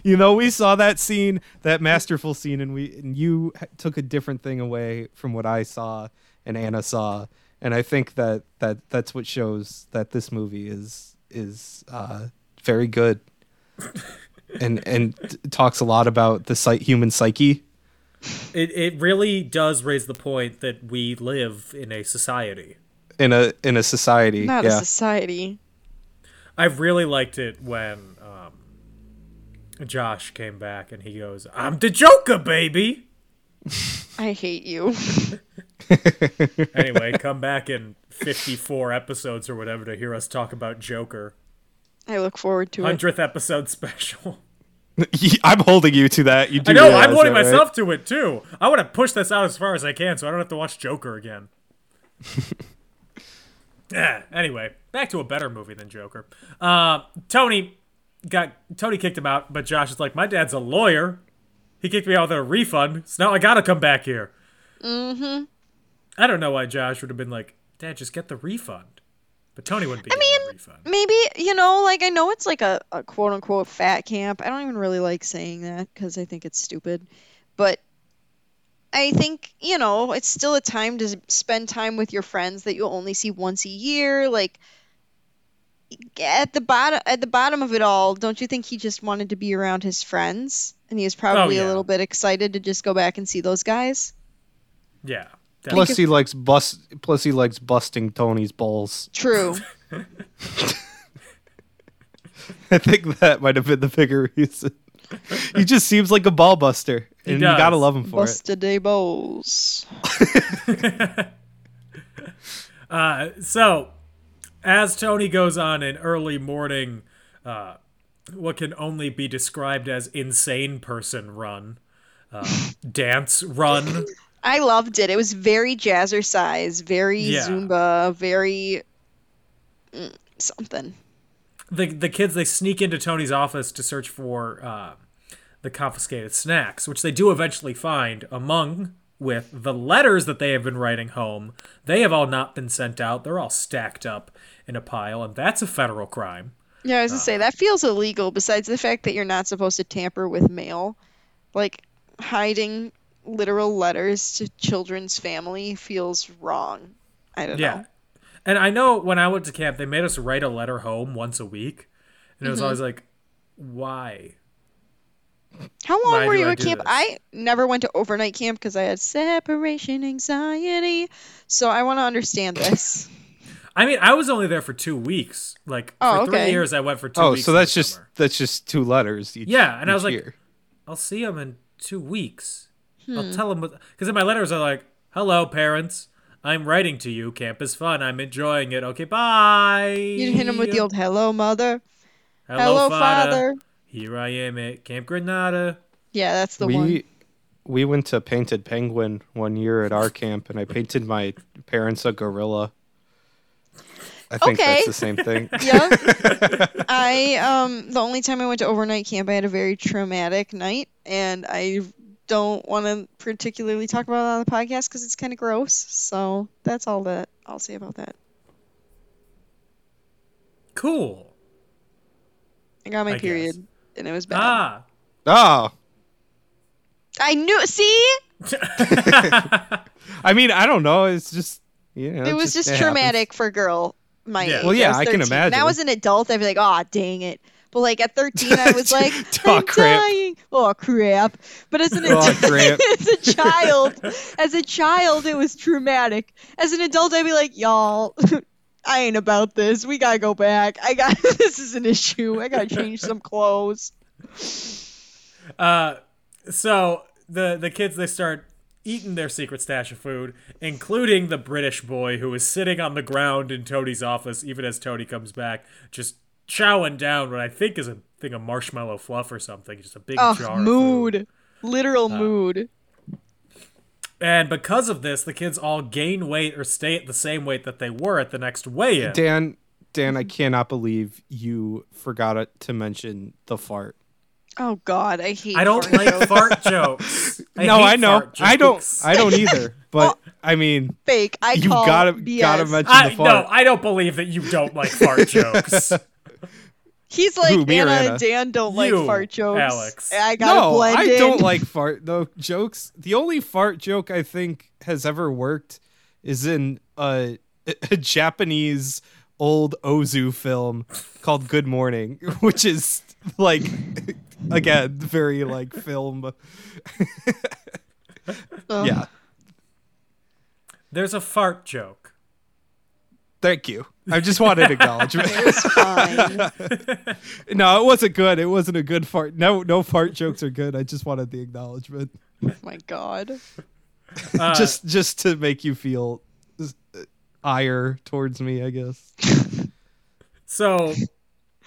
C: you know, we saw that scene, that masterful scene, and we and you h- took a different thing away from what I saw and Anna saw, and I think that that that's
B: <laughs>
C: what shows that this movie is is uh, very good. and and t- talks a lot about the psy- human psyche.
A: It it really does raise the point that we live in a society.
C: in a in a society.
B: Not
C: yeah.
B: a
C: <laughs>
B: society.
A: I really liked it when um, Josh came back and he goes, "I'm the Joker, baby."
B: I hate you. <laughs>
A: Anyway, come back in 54 episodes or whatever to hear us talk about Joker.
B: I look forward to it.
A: 100th episode special.
C: I'm holding you to that. You do
A: I know,
C: realize
A: I'm holding
C: that, right?
A: myself to it too. I want to push this out as far as I can so I don't have to watch Joker
C: <laughs>
A: again. Yeah, anyway, back to a better movie than Joker. Uh, Tony got Tony kicked him out, but Josh is like, my dad's a lawyer. He kicked me out with a refund, so now I gotta come back here. Mm-hmm. I don't know why Josh would have been like, Dad, just get the refund. But Tony wouldn't be I getting the refund.
B: Maybe, you know, like I know it's like a, a quote unquote fat camp. I don't even really like saying that because I think it's stupid. But I think, you know, it's still a time to s- spend time with your friends that you only see once a year. Like at the bottom at the bottom of it all, don't you think he just wanted to be around his friends? And he was probably
A: yeah.
B: a little bit excited to just go back and see those guys.
A: Yeah.
C: Plus he likes bust. Plus he likes busting Tony's balls.
B: True.
C: <laughs> I think that might have been the bigger reason. he just seems like a ball buster, and you
A: does.
C: gotta love him for it.
B: Busta de Bowls.
A: So, as Tony goes on an early morning, uh, what can only be described as insane person run, uh, dance run.
B: I loved it. It was very jazzercise, very
A: Yeah.
B: Zumba, very mm, something.
A: The the kids they sneak into Tony's office to search for uh, the confiscated snacks, which they do eventually find, among with the letters that they have been writing home. They have all not been sent out. They're all stacked up in a pile, and that's a federal crime.
B: Yeah, I was gonna
A: Uh-huh.
B: say that feels illegal. Besides the fact that you're not supposed to tamper with mail, like hiding literal letters to children's family feels wrong. I don't
A: Yeah.
B: know.
A: Oh. And I know when I went to camp, they made us write a letter home once a week. And it was
B: Mm-hmm.
A: always like, why?
B: How long
A: Why
B: were
A: do
B: you
A: I
B: at
A: do
B: camp?
A: this?
B: I never went to overnight camp because I had separation anxiety. So I want to understand this.
A: I mean, I was only there for two weeks. Like,
B: Oh,
A: for
B: okay.
A: three years, I went for two
C: Oh,
A: weeks.
C: so
A: in the
C: that's just
A: summer.
C: that's just two letters. Each,
A: Yeah, and I
C: each
A: was like-
C: year.
A: I'll see them in two weeks.
B: Hmm.
A: I'll tell them. Because in my letters, are like, hello, parents. I'm writing to you. Camp is fun. I'm enjoying it. Okay, bye.
B: You'd hit him with the old "Hello, mother."
A: hello,
B: "Hello, father."
A: Here I am at Camp Granada.
B: Yeah, that's the
C: we
B: one.
C: we went to painted penguin one year at our camp, and I painted my parents a gorilla. I think
B: Okay.
C: that's
B: <laughs>
C: the same thing.
A: <laughs>
B: yeah. I um the only time I went to overnight camp, I had a very traumatic night, and I don't want to particularly talk about it on the podcast because it's kind of gross. So that's all that I'll say about that.
A: Cool.
B: I got my
A: I guess.
B: period, and it was bad.
A: Ah.
C: oh,
B: I knew. See,
C: I mean, I don't know. It's just you know,
B: it was just,
C: it happens.
B: traumatic for a girl my
A: Yeah.
B: age.
C: Well, yeah,
B: was
C: I can
B: 13.
C: imagine.
B: Now as an adult, I'd be like, "Oh, dang it." But like at 13, I
C: <laughs>
B: was like,
C: Aw,
B: "I'm
C: crap.
B: dying." Oh crap! But as an
C: Aw,
B: adult, <laughs>
C: crap.
B: as
C: <laughs>
B: a child, as a child, it was traumatic. As an adult, I'd be like, "Y'all, <laughs> I ain't about this. We gotta go back. I got <laughs> this is an issue. I gotta change some clothes."
A: So the the kids they start eating their secret stash of food, including the British boy who is sitting on the ground in Tony's office, even as Tony comes back, just chowing down what I think is a thing of marshmallow fluff or something, just a big jar.
B: Ugh,
A: of food. Uh,
B: mood, literal mood.
A: And because of this, the kids all gain weight or stay at the same weight that they were at the next weigh-in.
C: Dan, Dan, I cannot believe you forgot it- to mention the fart.
B: Oh God, I hate.
A: I don't
B: fart
A: like
B: jokes.
A: fart jokes. I
C: no,
A: hate
C: I know.
A: fart
C: I don't.
A: jokes.
C: I
A: <laughs>
C: don't either. But I mean,
B: <laughs> fake. I
C: you
B: call
C: gotta
B: BS.
C: gotta mention
A: I
C: the fart.
A: no, I don't believe that you don't like
C: <laughs>
A: fart jokes.
B: He's like
C: Who, me or
B: Anna,
C: Anna?
B: and Dan don't like
A: You,
B: fart jokes.
A: Alex.
B: I gotta
C: no,
B: blend
C: I
B: in.
C: don't like fart though jokes. The only fart joke I think has ever worked is in a, a Japanese <laughs> old Ozu film called Good Morning, which is like <laughs> Again, very like film. <laughs>
B: Ugh.
C: Yeah.
A: There's a fart joke.
C: Thank you. I just wanted
B: <laughs>
C: acknowledgement. <laughs>
B: It's
A: <laughs>
B: fine.
C: no, it wasn't good. It wasn't a good fart. No, no fart jokes are good. I just wanted the acknowledgement,
B: My God. Uh,
C: just just to make you feel uh, ire towards me. I guess.
A: So,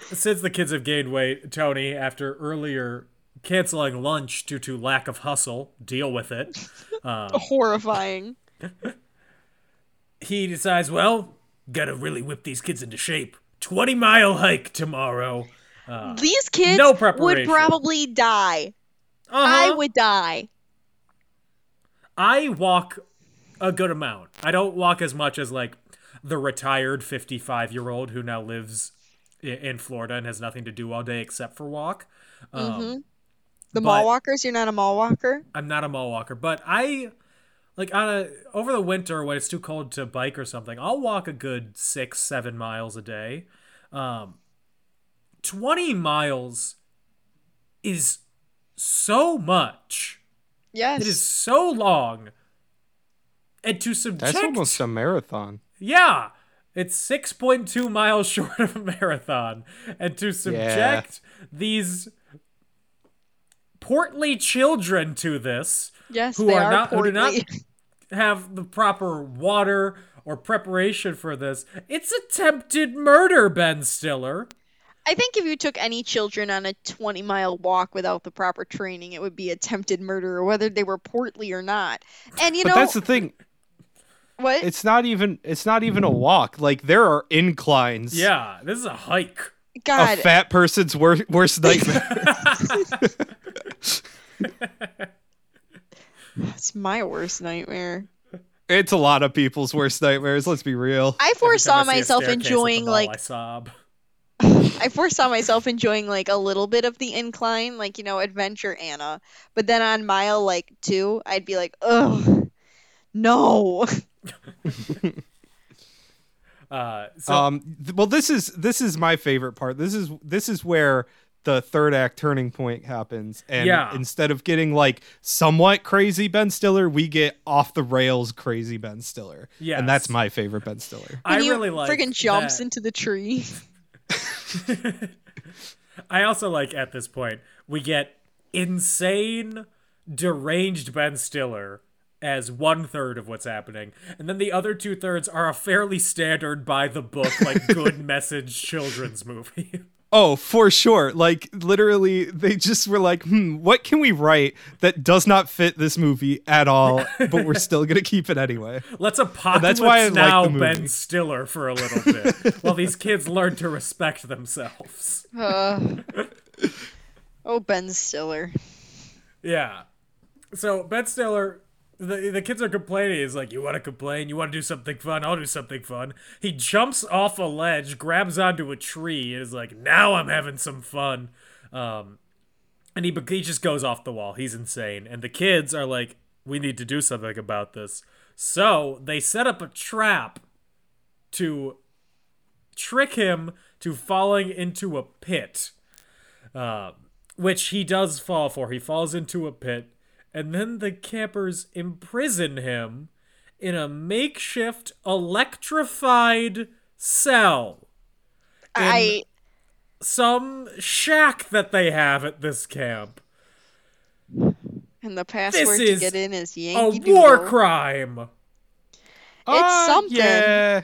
A: since the kids have gained weight, Tony, after earlier canceling lunch due to lack of hustle, deal with it,
B: Horrifying.
A: he decides, well, gotta really whip these kids into shape. 20 mile hike tomorrow.
B: These kids
A: Uh, no
B: would
A: preparation.
B: probably die. I
A: Uh-huh.
B: would die.
A: I walk a good amount. I don't walk as much as like the retired 55 year old who now lives i- in Florida and has nothing to do all day except for walk. Um,
B: The
A: But-
B: mall walkers, you're not a mall walker?
A: I'm not a mall walker, but I like on a over the winter when it's too cold to bike or something, I'll walk a good six, seven miles a day. Um, Twenty miles is so much.
B: Yes.
A: It is so long. And to subject,
C: a marathon.
A: yeah, it's six point two miles <laughs> short of a marathon, and to subject these portly children to this
B: Yes,
A: who
B: they
A: are
B: are
A: not- who do not-
B: portly.
A: have the proper water or preparation for this. It's attempted murder, Ben Stiller.
B: <laughs> I think if you took any children on a 20 mile walk without the proper training, it would be attempted murder, whether they were portly or not. And you
C: But
B: know
C: that's the thing.
B: what?
C: It's not even. It's not even a walk. Like there are inclines.
A: Yeah, this is a hike.
C: A
B: God,
C: fat person's wor- worst nightmare. <laughs>
B: that's my worst nightmare.
C: it's a lot of people's worst nightmares. Let's be real.
B: I
A: Every
B: foresaw
A: time I see a
B: myself
A: staircase at the
B: enjoying
A: mall,
B: like
A: I sob.
B: I foresaw myself enjoying like a little bit of the incline, like you know, Adventure Anna. But then on mile like two, I'd be like, ugh, no.
A: Uh, so
C: um th- well this is this is my favorite part this is this is where the third act turning point happens and
A: Yeah.
C: instead of getting like somewhat crazy ben stiller we get off the rails crazy ben stiller Yeah, and that's
A: Yes.
C: my favorite ben stiller
A: I
B: And he
A: really like
B: friggin' jumps
A: that-
B: into the tree.
A: I also like at this point we get insane, deranged Ben Stiller as one third of what's happening, and then the other two thirds are a fairly standard by the book,
B: <laughs>
A: like good message children's movie.
C: oh for sure like literally they just were like hmm what can we write that does not fit this movie at all but we're still gonna keep
A: <laughs>
C: it anyway
A: Let's apocalypse
C: that's why I like the
A: now
C: movie.
A: Ben Stiller for a little bit while these kids learn to respect themselves.
B: Ugh. oh, Ben Stiller.
A: Yeah. So Ben Stiller, the the kids are complaining. He's like, "You want to complain? You want to do something fun? I'll do something fun." He jumps off a ledge, grabs onto a tree, and is like, "Now I'm having some fun." Um, and he he just goes off the wall. He's insane. And the kids are like, "We need to do something about this." So they set up a trap to trick him to falling into a pit which he does fall for. He falls into a pit, and then the campers imprison him in a makeshift electrified cell.
B: I
A: Some shack that they have at this camp.
B: and the password to
A: is
B: get in is
A: A
B: Yankee
A: war
B: Doodle.
A: crime.
B: It's
C: Uh,
B: something.
C: yeah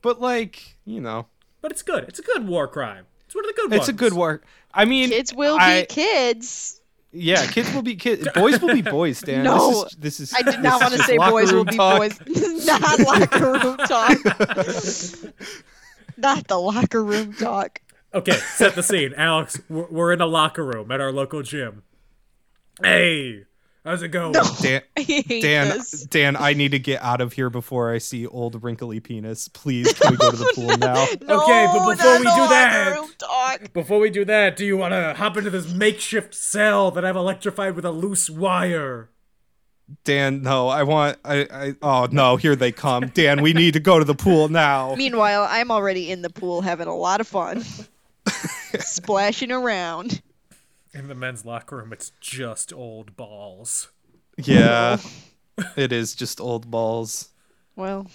C: but like you know
A: But it's good. It's a good war crime. It's one of the good ones.
C: it's a good work i mean
B: Kids will
C: I-
B: be kids.
C: Yeah, kids will be kids. Boys will be boys, Dan.
B: No.
C: this is, this is
B: I did not
C: this
B: want
C: is
B: to say
C: locker
B: boys will
C: room
B: be
C: talk.
B: boys. <laughs>
C: <laughs>
B: not locker room talk. not the locker room talk.
A: Okay, set the scene. Alex, we're, we're in a locker room at our local gym. Hey, how's it going?
C: Dan,
B: I hate
C: Dan,
B: this.
C: Dan, I need to get out of here before I see old wrinkly penis. Please, can we go to
B: <laughs>
C: the pool now?
A: Okay, but
B: No,
A: before
B: not
A: we
B: the
A: do
B: locker
A: that-
B: room talk.
A: Before we do that, do you want to hop into this makeshift cell that I've electrified with a loose wire?
C: Dan, no, I want. I, I. Oh no, here they come. Dan, we need to go to the
B: <laughs>
C: pool now.
B: Meanwhile, I'm
C: <laughs>
B: already in the pool having a lot of fun, splashing around.
A: In the men's locker room, it's just old balls.
C: Yeah. it is just old balls. <laughs>
B: Well,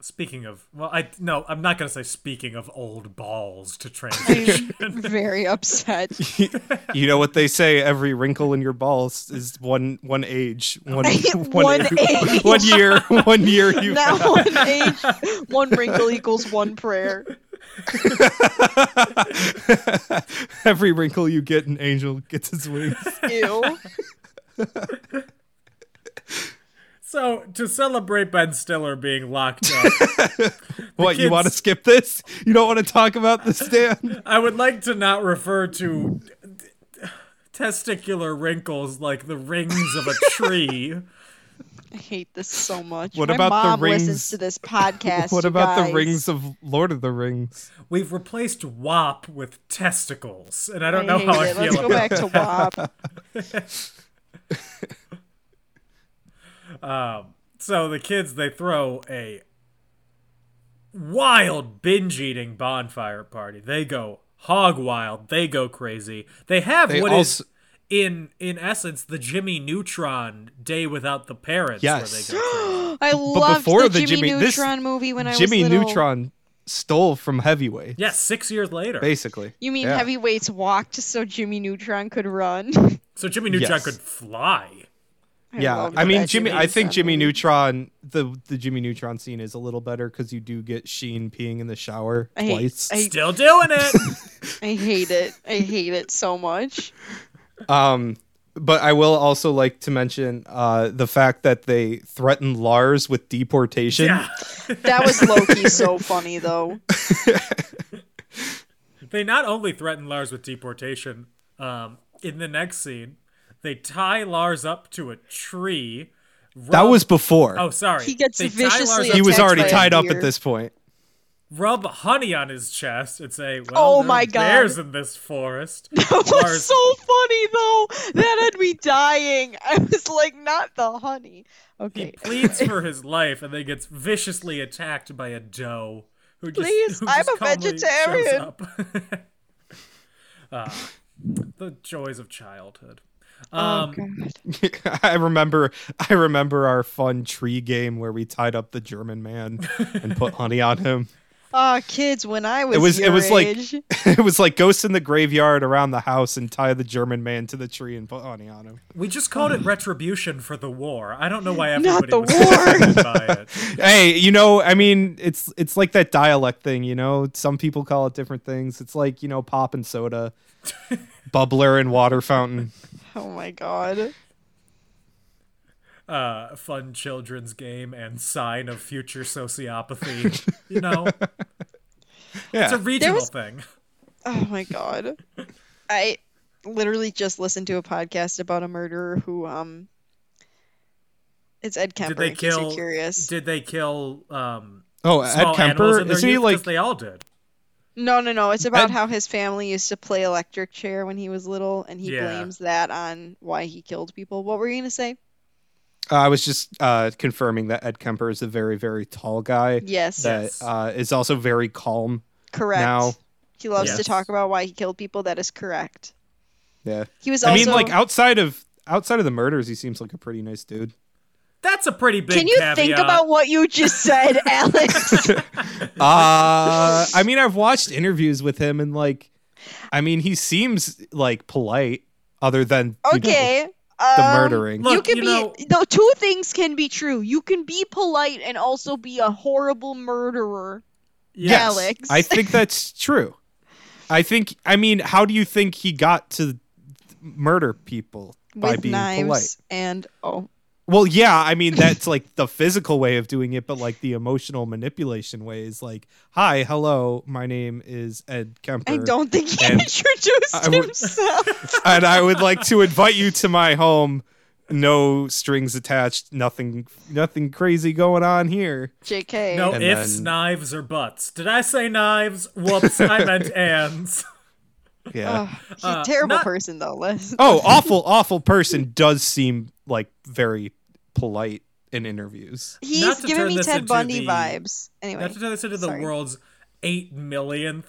A: Speaking of, well, I no, I'm not gonna say speaking of old balls to
B: <laughs>
A: transition.
B: very upset.
C: You know what they say every wrinkle in your balls is one one age, one
B: <laughs> One age.
C: one year, one year <laughs> you
B: That one age, one wrinkle equals one prayer.
C: every wrinkle you get an angel gets its
A: <laughs>
C: wings.
B: Ew.
A: so to celebrate Ben Stiller being locked up,
B: <laughs>
C: What, you
A: kids-
C: want to skip this? You don't want to talk about this,
B: <laughs>
C: Dan?
A: I would like to not refer to testicular wrinkles like the rings of a
B: <laughs>
A: tree.
B: I hate this so much.
C: What
B: My
C: about the
B: mom
C: rings-
B: listens to this podcast.
C: <laughs> what
B: you
C: about the
B: guys.
C: rings of Lord of the Rings?
A: We've replaced WAP with testicles, and I don't
B: I
A: know
B: hate
A: how I
B: it.
A: feel
B: Let's
A: about
B: go back to
C: <laughs>
B: WAP.
A: So the kids they throw a wild binge eating bonfire party. They go hog wild. They go crazy. They have what
C: They
A: is
C: also-
A: in in essence the Jimmy Neutron day without the parents.
C: Yes.
A: Where they go crazy.
B: I loved
C: before
B: the
C: the
B: Jimmy,
C: Jimmy- this-
B: Neutron movie when I
C: Jimmy
B: was little.
C: Neutron stole from Heavyweight,
A: yes. Six years later.
C: basically.
B: You mean
C: Yeah.
B: heavyweights walked so Jimmy Neutron could run? <laughs>
A: So Jimmy Neutron
C: Yes.
A: could fly.
C: yeah,
B: loved
C: I mean
B: that
C: Jimmy. I think Jimmy
B: movie.
C: Neutron, the the Jimmy Neutron scene is a little better because you do get Sheen peeing in the shower
B: I hate-
C: twice.
B: I-
A: Still doing it.
C: <laughs>
B: I hate it. I hate it so much.
C: Um, but I will also like to mention uh, the fact that they threaten Lars with deportation.
A: yeah.
B: That was
C: <laughs>
B: Loki so funny though.
A: They not only threaten Lars with deportation, um, in the next scene, they tie Lars up to a tree.
C: That
A: rub-
C: was before.
A: Oh, sorry.
B: He gets
A: They tie
B: viciously
A: Lars up
C: he was
B: attacked
C: already
B: by a
C: tied up
B: deer.
C: at this point. <laughs>
A: rub honey on his chest and say, well,
B: Oh
A: there are
B: my God.
A: bears in this forest.
B: That was
A: Lars-
B: so funny though. That had me dying. I was like, not the honey.
A: He
B: <laughs> Okay.
A: pleads for his life and then gets viciously attacked by a doe. Who just,
B: Please,
A: who
B: I'm
A: just
B: a
A: calmly shows
B: vegetarian.
A: up. <laughs> Ah, the joys of childhood.
B: Oh,
A: Um,
B: God.
C: I remember. I remember our fun tree game where we tied up the German man
A: <laughs>
C: and put honey on him. <laughs>
B: Ah, kids, when I was
C: It was.
B: your
C: It was
B: age,
C: like. It was like ghosts in the graveyard around the house and tie the German man to the tree and put honey on him.
A: we just called it retribution for the war. I don't know why everybody
B: the
A: was so offended by it.
C: Hey, you know, I mean, it's it's like that dialect thing. You know, some people call it different things. It's like you know, pop
A: <laughs>
C: and soda, bubbler and water fountain.
B: oh my god,
A: uh, fun children's game and sign of future sociopathy. you know, it's
B: <laughs>
C: Yeah.
A: a regional
B: was-
A: thing.
B: oh my god, I literally just listened to a podcast about a murderer who um, it's Ed Kemper.
A: Did they
B: in case you're
A: kill?
B: curious?
A: Did they kill? Um, small
C: Oh, Ed
A: animals
C: Kemper,
A: in their
C: isn't he
A: youth?
C: like
A: 'Cause they all did.
B: No, no, no. It's about
C: Ed-
B: how his family used to play electric chair when he was little, and he
A: Yeah.
B: blames that on why he killed people. What were you gonna say?
C: Uh, I was just uh, confirming that Ed Kemper is a very, very tall guy
B: Yes,
C: that
A: Yes.
C: uh, is also very calm
B: correct.
C: now.
B: He loves to
A: Yes.
B: talk about why he killed people. That is correct.
C: Yeah,
B: He was
C: I
B: also.
C: mean, like outside of outside of the murders, he seems like a pretty nice dude.
A: That's a pretty big.
B: Can you
A: caveat.
B: think about what you just
A: <laughs>
B: said,
C: <laughs>
B: Alex?
C: Uh, <laughs> I mean, I've watched interviews with him, and like, I mean, he seems like polite, other than you know,
B: okay.
C: the
B: um,
C: murdering.
A: Look,
B: you can
A: you
B: be
A: know-
B: no two things can be true. You can be polite and also be a horrible murderer.
A: Yes.
B: Alex.
C: I think that's true. I think. I mean, how do you think he got to murder people by
B: with
C: being
B: knives
C: polite?
B: and oh
C: Well, yeah, I mean that's like the physical way of doing it, but like the emotional manipulation way is like, "Hi, hello, my name is Ed Kemper,
B: I don't think he
C: Er, And
B: <laughs> introduced
C: I would-
B: himself.
C: <laughs> and I would like to invite you to my home. No strings attached, nothing, nothing crazy going on here."
B: JK.
A: No
C: And
A: ifs,
C: then-
A: knives, or butts. Did I say knives? Whoops,
C: <laughs>
A: I meant ands. <laughs>
C: Yeah.
B: He's a terrible
A: Uh, not-
B: person though. <laughs> Les.
C: Oh, awful, awful person does seem like very polite in interviews.
A: Not
B: He's
A: to
B: giving
A: turn
B: me
A: this
B: Ted
A: into
B: Bundy
A: the-
B: vibes. Anyway,
A: Not to turn this into the
B: sorry.
A: world's eight millionth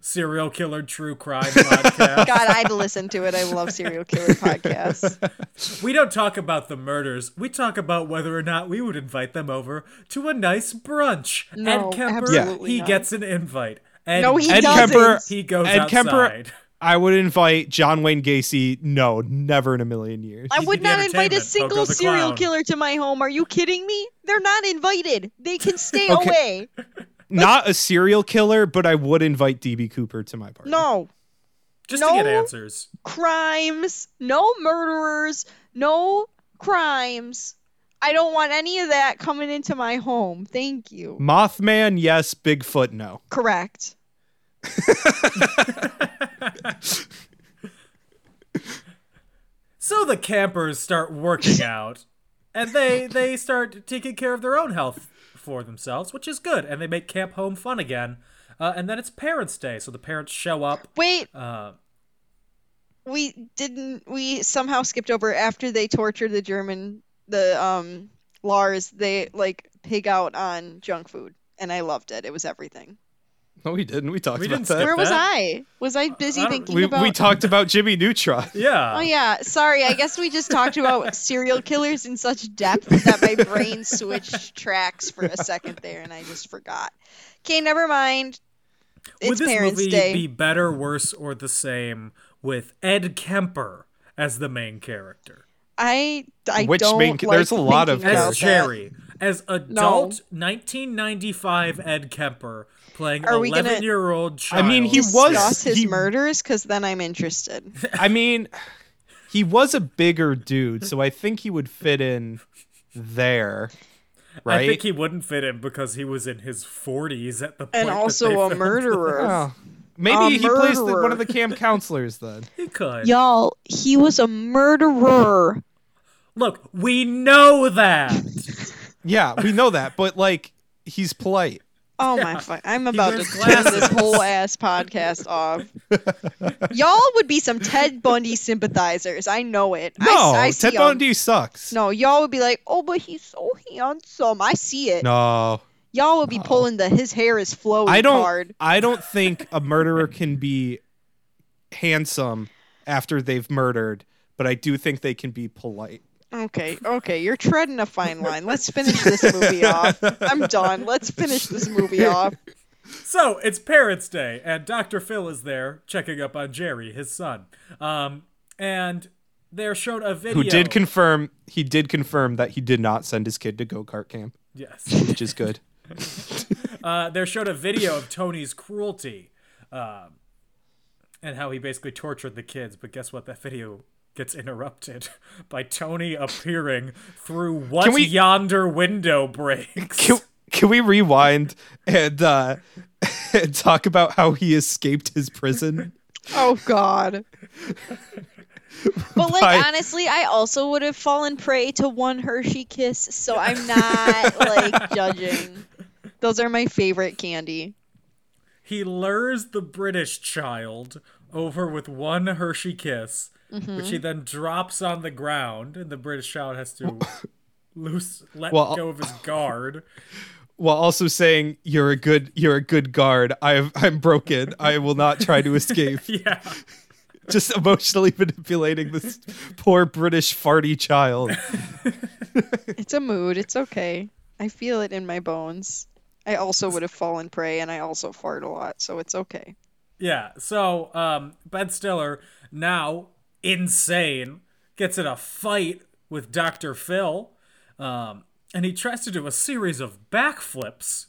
A: serial killer true crime podcast.
B: <laughs> God,
A: <laughs>
B: I'd listen to it. I love serial killer podcasts.
A: We don't talk about the murders. We talk about whether or not we would invite them over to a nice brunch.
B: No,
A: Ed Kemper,
B: absolutely
A: he
B: not.
A: gets an invite. Ed,
B: No, he
A: Ed
B: doesn't.
A: Kemper, he goes
C: Ed
A: outside.
C: Kemper- I would invite John Wayne Gacy. No, never in a million years.
B: I
A: did
B: would
A: the
B: not invite a
A: entertainment,
B: single
A: Coco the
B: serial
A: Clown.
B: killer to my home. Are you kidding me? They're not invited. They can stay
C: Okay.
B: away.
C: Not a serial killer, but I would invite DB Cooper to my party.
B: No
A: Just
B: No.
A: to get answers.
B: crimes, no murderers, no crimes. I don't want any of that coming into my home. Thank you.
C: Mothman, yes. Bigfoot, no.
B: Correct.
A: So the campers start working out, and they they start taking care of their own health for themselves, which is good, and they make camp home fun again. Uh, and then it's Parents' Day, so the parents show up.
B: Wait,
A: Uh,
B: we didn't we somehow skipped over after they torture the German the um Lars, they like pig out on junk food. And I loved it. It was everything.
C: No, we didn't. We talked
A: We
C: about
A: didn't
C: that.
A: skip
B: Where was
A: that-
B: I? Was I busy
A: I don't-
B: thinking
C: We,
B: about
C: we talked about Jimmy
A: <laughs>
C: Neutron.
A: yeah.
B: Oh yeah, sorry. I guess we just talked
C: <laughs>
B: about serial killers in such depth that my brain switched tracks for a second there, and I just forgot. Okay, never mind.
A: Would
B: It's
A: this
B: Parents'
A: movie
B: Day.
A: be better, worse, or the same with Ed Kemper as the main character?
B: I I
C: Which
B: don't
C: main-
B: like
C: there's a lot of
B: thinking
C: Yeah,
A: As
B: about
C: characters.
B: that.
A: Jerry, as adult 1995 Ed Kemper playing
B: Are we
A: 11
B: gonna
A: year old
C: I
A: child.
C: mean, he was-
B: Discuss his
C: he-
B: murders, because then I'm interested.
C: I mean, he was a bigger dude, so I think he would fit in there, right?
A: I think he wouldn't fit in because he was in his 40s at the point.
B: And
A: that
B: also
A: they
B: a
A: filmed
B: murderer.
C: Oh. Maybe
B: A
C: he plays the,
B: murderer.
C: one of
A: <laughs>
C: the camp counselors then.
A: this. He could.
B: Y'all, he was a murderer.
A: Look, we know that. <laughs>
C: Yeah, we know that, but like he's polite.
B: Oh my fuck! I'm about to
A: wears
B: turn this
A: glasses.
B: whole ass
C: <laughs>
B: podcast off. Y'all would be some Ted Bundy sympathizers. I know it. I-
C: No,
B: I, see
C: Ted
B: 'em.
C: Bundy sucks.
B: No, y'all would be like, oh, but he's so handsome. I see it.
C: No.
B: Y'all would be pulling the his hair is flowing
C: I don't
B: card.
C: <laughs> I don't think a murderer can be handsome after they've murdered, but I do think they can be polite.
B: Okay, okay, you're treading a fine line. Let's finish this movie
C: <laughs>
B: off. I'm done. Let's finish this movie off.
A: So it's Parents' Day, and Dr. Phil is there checking up on Jerry, his son. Um, and they're shown a video.
C: Who did confirm he did confirm that he did not send his kid to go-kart camp,
A: Yes.
C: which is
A: <laughs>
C: good.
A: Uh, they showed a video of Tony's cruelty um, and how he basically tortured the kids. But guess what? That video gets interrupted <laughs> by Tony appearing through what
C: we-
A: yonder window breaks.
C: Can, can we rewind and uh, <laughs> and talk about how he escaped his prison?
B: Oh God.
D: But like
C: Bye.
D: honestly, I also would have fallen prey to one Hershey kiss, so I'm not like judging.
B: Those are my favorite candy.
A: he lures the British child over with one Hershey kiss, which he then drops on the ground, and the British child has to <laughs> loose let
C: Well-
A: go of his guard.
C: While also saying you're a good you're a good guard. I've I'm broken. I will not try to escape.
A: <laughs> Yeah.
C: Just emotionally manipulating this poor British farty child.
B: It's a mood. It's okay. I feel it in my bones. I also would have fallen prey, and I also fart a lot, so it's okay.
A: Yeah. So, um, Ben Stiller now insane gets in a fight with Dr. Phil, um, and he tries to do a series of backflips.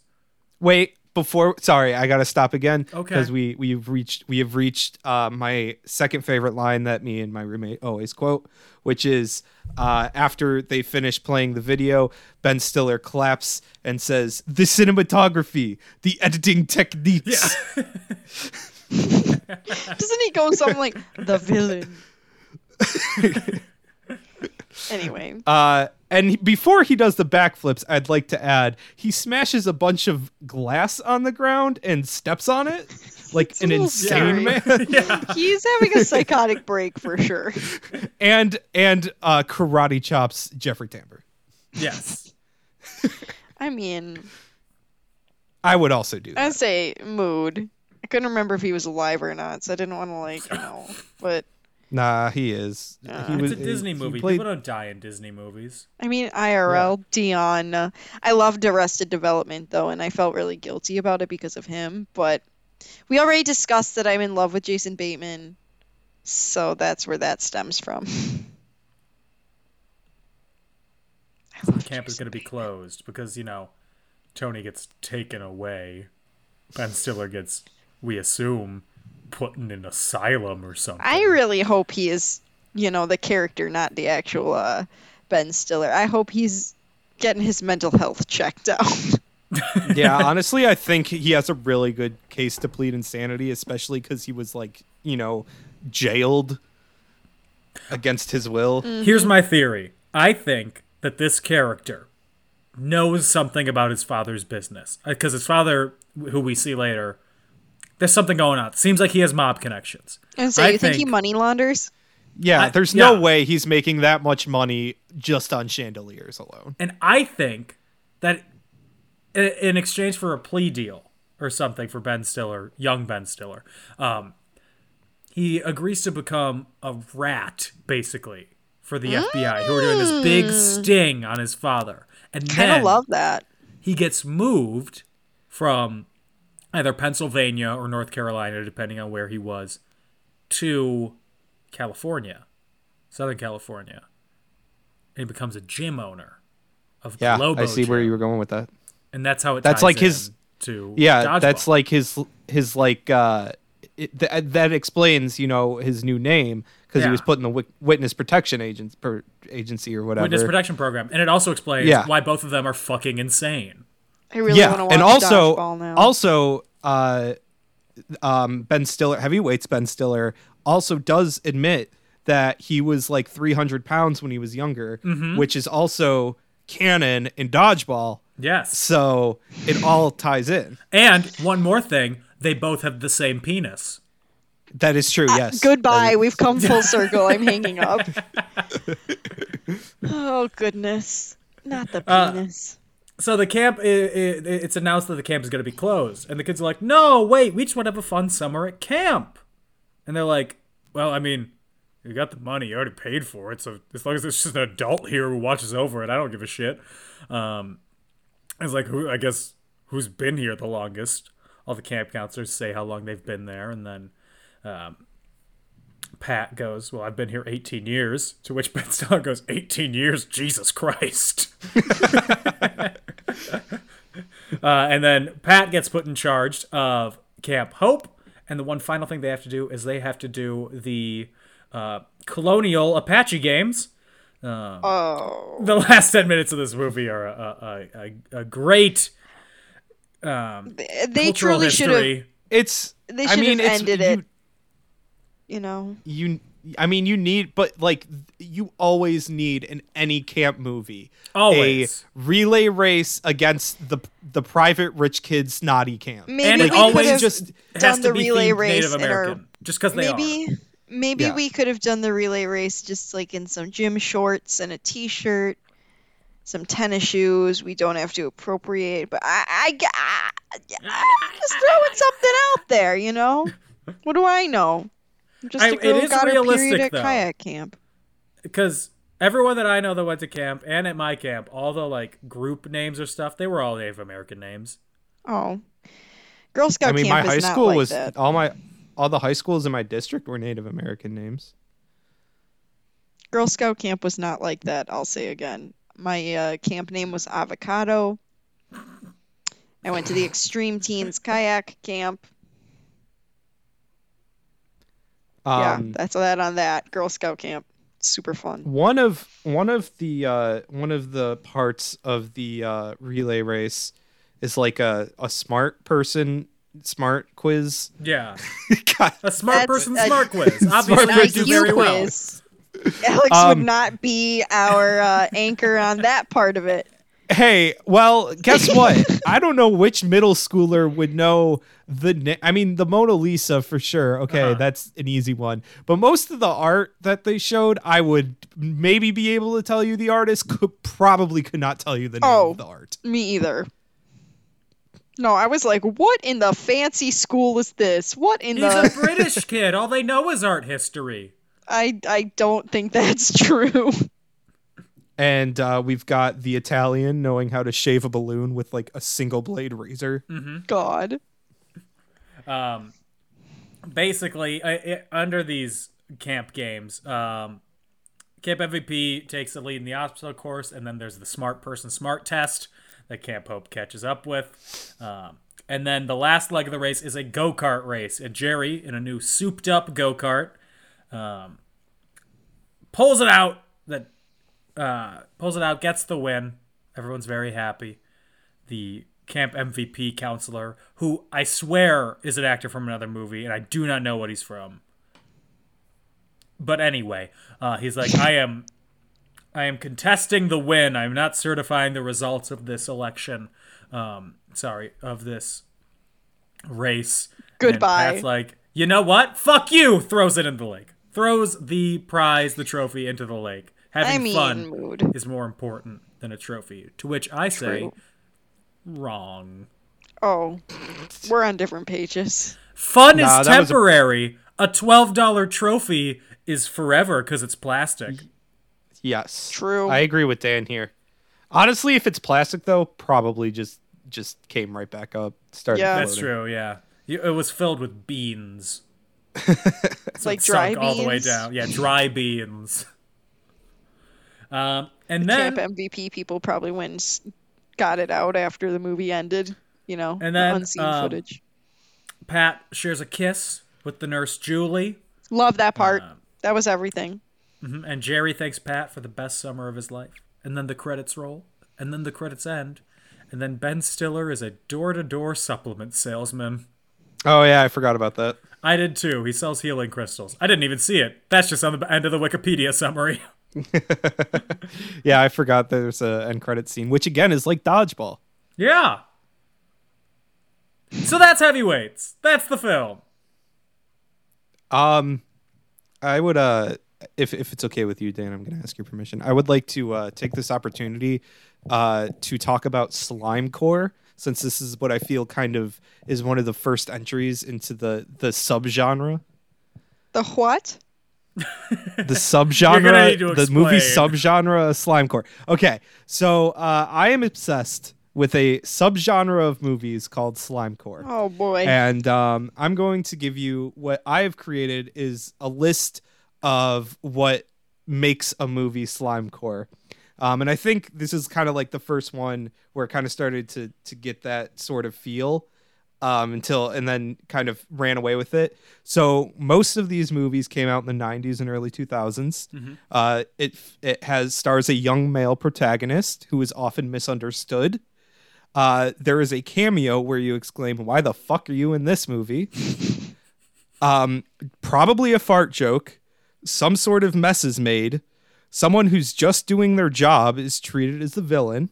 C: Wait, before sorry, I gotta stop again.
A: Okay.
C: Because we we've reached we have reached uh, my second favorite line that me and my roommate always quote, which is uh, after they finish playing the video, Ben Stiller claps and says, "The cinematography, the editing techniques."
B: Doesn't he go something like the villain? anyway,
C: Uh, and he- before he does the backflips, I'd like to add he smashes a bunch of glass on the ground and steps on it like
B: It's a
C: an
B: little
C: insane
B: scary.
C: man. <laughs>
B: he's having a psychotic break for sure.
C: and and uh, karate chops Jeffrey Tambor. <laughs>
A: Yes.
B: I mean,
C: I would also do
B: I
C: that.
B: say mood. I couldn't remember if he was alive or not, so I didn't want to like, you know. But
C: Nah, he is. he was,
A: It's a Disney
C: he
A: movie.
C: played-
A: People don't die in Disney movies.
B: I mean, IRL Dion. uh, I loved Arrested Development though, and I felt really guilty about it because of him. But we already discussed that I'm in love with Jason Bateman, so that's where that stems from.
A: The camp is going to be closed because, you know, Tony gets taken away. Ben Stiller gets, we assume, put in an asylum or something.
B: <laughs> I really hope he is, you know, the character, not the actual uh, Ben Stiller. I hope he's getting his mental health checked <laughs> out.
C: <laughs> yeah, honestly, I think he has a really good case to plead insanity, especially because he was like, you know, jailed against his will.
A: Here's my theory I think that this character knows something about his father's business because his father, who we see later, there's something going on. Seems like he has mob connections.
B: and so
A: I
B: you think, he
A: think-
B: money launders?
C: Yeah,
A: I-
C: there's no
A: yeah.
C: way he's making that much money just on chandeliers alone.
A: And I think that i- in exchange for a plea deal or something for Ben Stiller, young Ben Stiller, um, he agrees to become a rat, basically, for the FBI, who are doing this big sting on his father. And
B: Kind of
A: then
B: love that.
A: he gets moved from either Pennsylvania or North Carolina, depending on where he was, to California, Southern California. And he becomes a gym owner of the Lobo Gym.
C: were going with that.
A: And that's how it.
C: That's
A: ties
C: like his-
A: in to
C: Yeah,
A: Dodgeball.
C: that's like his his like uh it, th- that explains, you know, his new name because
A: Yeah.
C: he was put in the wit- witness protection agent per agency or whatever.
A: witness protection program, and it also explains
C: Yeah.
A: why both of them are fucking insane.
B: I really
C: yeah,
B: want to watch
C: and also
B: dodgeball now.
C: also uh, um, Ben Stiller, heavyweights Ben Stiller also does admit that he was like 300 pounds when he was younger,
A: Mm-hmm.
C: which is also canon in dodgeball.
A: Yes,
C: So it all ties in.
A: and one more thing, they both have the same penis.
C: That is
B: Uh,
C: true. Yes. That
B: Goodbye.
C: is-
B: We've
A: <laughs>
B: come full circle. I'm hanging up. oh goodness, not the
A: Uh,
B: penis.
A: So the camp, i i it's announced that the camp is going to be closed, and the kids are like, "No, wait, we just want to have a fun summer at camp." And they're like, "Well, I mean, you got the money, you already paid for it, so as long as it's just an adult here who watches over it, I don't give a shit." Um, it's like, who, I guess, who's been here the longest? All the camp counselors say how long they've been there, and then um, Pat goes, "Well, I've been here 18 years." To which <laughs> Ben Stiller goes, "18 years, Jesus Christ." Uh, and then Pat gets put in charge of Camp Hope. And the one final thing they have to do is they have to do the uh, colonial Apache games.
B: Oh,
A: The <laughs> last 10 minutes of this movie are a, a, a, a great
B: they, they
A: cultural
B: truly should have.
A: history.
C: It's.
B: They
C: I
B: should
C: mean,
B: have
C: it's,
B: ended
C: you,
B: it. You know,
C: You. I mean, you need, but like, you always need in any camp movie
A: Always.
C: a relay race against the the private rich kids naughty camp.
B: maybe
A: and
B: we
A: it
B: could
A: always
B: have
A: just has
B: done
A: to
B: the
A: be
B: relay
A: themed
B: race
A: Native
B: in our-
A: American. Just because they
B: maybe
A: are.
B: maybe
C: Yeah.
B: we could have done the relay race just like in some gym shorts and a t-shirt some tennis shoes we don't have to appropriate but i i, g- I- I'm just throwing something out there you know what do i know I'm just
A: I-
B: a
A: it
B: girl who
A: is
B: got her
A: realistic,
B: period at
A: though.
B: kayak camp
A: Because everyone that I know that went to camp and at my camp, all the like group names or stuff, they were all Native American names.
B: oh girl scout
C: I mean, my
B: camp
C: high
B: is not
C: school
B: like
C: was
B: that.
C: all my all the high schools in my district were Native American names.
B: girl scout camp was not like that i'll say again my uh, camp name was avocado i went to the extreme teens kayak camp yeah,
C: Um,
B: that's that on that Girl Scout camp. Super fun.
C: one of one of the uh, one of the parts of the uh, relay race is like a a smart person smart quiz. <laughs>
A: Yeah.
C: God,
A: A smart
B: That's
A: person
B: a-
A: smart
B: <laughs>
A: quiz. Obviously,
C: Smart
A: I do
C: person
B: IQ
A: very well.
B: quiz. <laughs> Alex
C: Um,
B: would not be our uh, anchor on that part of it.
C: Hey, well, guess what? I don't know which middle schooler would know the na- I mean, the Mona Lisa for sure. Okay, that's an easy one. But most of the art that they showed, I would maybe be able to tell you the artist, could probably could not tell you the name
B: Oh.
C: of the art.
B: Me either. No, I was like, what in the fancy school is this? What in
A: He's a
B: the.
A: British kid. All they know is art history.
B: I, I don't think that's <laughs> true.
C: And uh, we've got the Italian knowing how to shave a balloon with like a single blade razor.
B: God.
A: Um, basically uh, it, under these camp games um, camp mvp takes the lead in the obstacle course and then there's the smart person smart test that camp hope catches up with um, and then the last leg of the race is a go-kart race and jerry in a new souped up go-kart um, pulls it out that uh, pulls it out gets the win everyone's very happy the camp MVP counselor, who I swear is an actor from another movie, and I do not know what he's from. But anyway, uh, he's like, I am, I am contesting the win. I'm not certifying the results of this election. Um, sorry, of this race.
B: Goodbye.
A: It's like, you know what? Fuck you. Throws it in the lake. Throws the prize, the trophy, into the lake. Having
B: I mean,
A: fun
B: mood.
A: is more important than a trophy. To which I say, wrong.
B: Oh, we're on different pages.
A: Fun
C: Nah,
A: is
C: that was a-
A: temporary. A twelve dollar trophy is forever because it's plastic.
C: Yes.
B: True.
C: I agree with Dan here. Honestly, if it's plastic though, probably just just came right back up. Started
B: Yeah.
A: That's
C: floating.
A: true. Yeah, You- it was filled with beans. so
B: Like
A: it
B: dry
A: sunk all the way
B: beans?
A: down. Yeah, dry beans. Um, and then
B: Camp MVP people probably went and s- got it out after the movie ended. You know,
A: And
B: the
A: then,
B: unseen
A: um,
B: footage.
A: Pat shares a kiss with the nurse Julie,
B: Love that part.
A: um,
B: that was everything.
A: Mhm, and Jerry thanks Pat for the best summer of his life. And then the credits roll, and then the credits end, and then Ben Stiller is a door-to-door supplement salesman.
C: Oh yeah, I forgot about that.
A: I did too. He sells healing crystals. I didn't even see it. That's just on the end of the Wikipedia summary. <laughs>
C: Yeah, I forgot there's a end credit scene, which again is like dodgeball.
A: Yeah. So that's heavyweights. That's the film.
C: Um, I would uh, if if it's okay with you, Dan, I'm going to ask your permission. I would like to uh, take this opportunity uh to talk about Slime Core, since this is what I feel kind of is one of the first entries into the the subgenre.
B: The what?
C: the
A: <laughs>
C: subgenre,
A: gonna need to
C: the movie
A: explain.
C: subgenre of slimecore. Okay, so uh, I am obsessed with a subgenre of movies called slimecore,
B: Oh boy.
C: and um, I'm going to give you what I have created is a list of what makes a movie slimecore. Um, and I think this is kind of like the first one where it kind of started to to get that sort of feel um, until and then kind of ran away with it. So most of these movies came out in the 90s and early 2000s. Uh, it it has stars a young male protagonist who is often misunderstood. Uh, there is a cameo where you exclaim, "Why the fuck are you in this movie?" um, probably a fart joke. Some sort of mess is made. Someone who's just doing their job is treated as the villain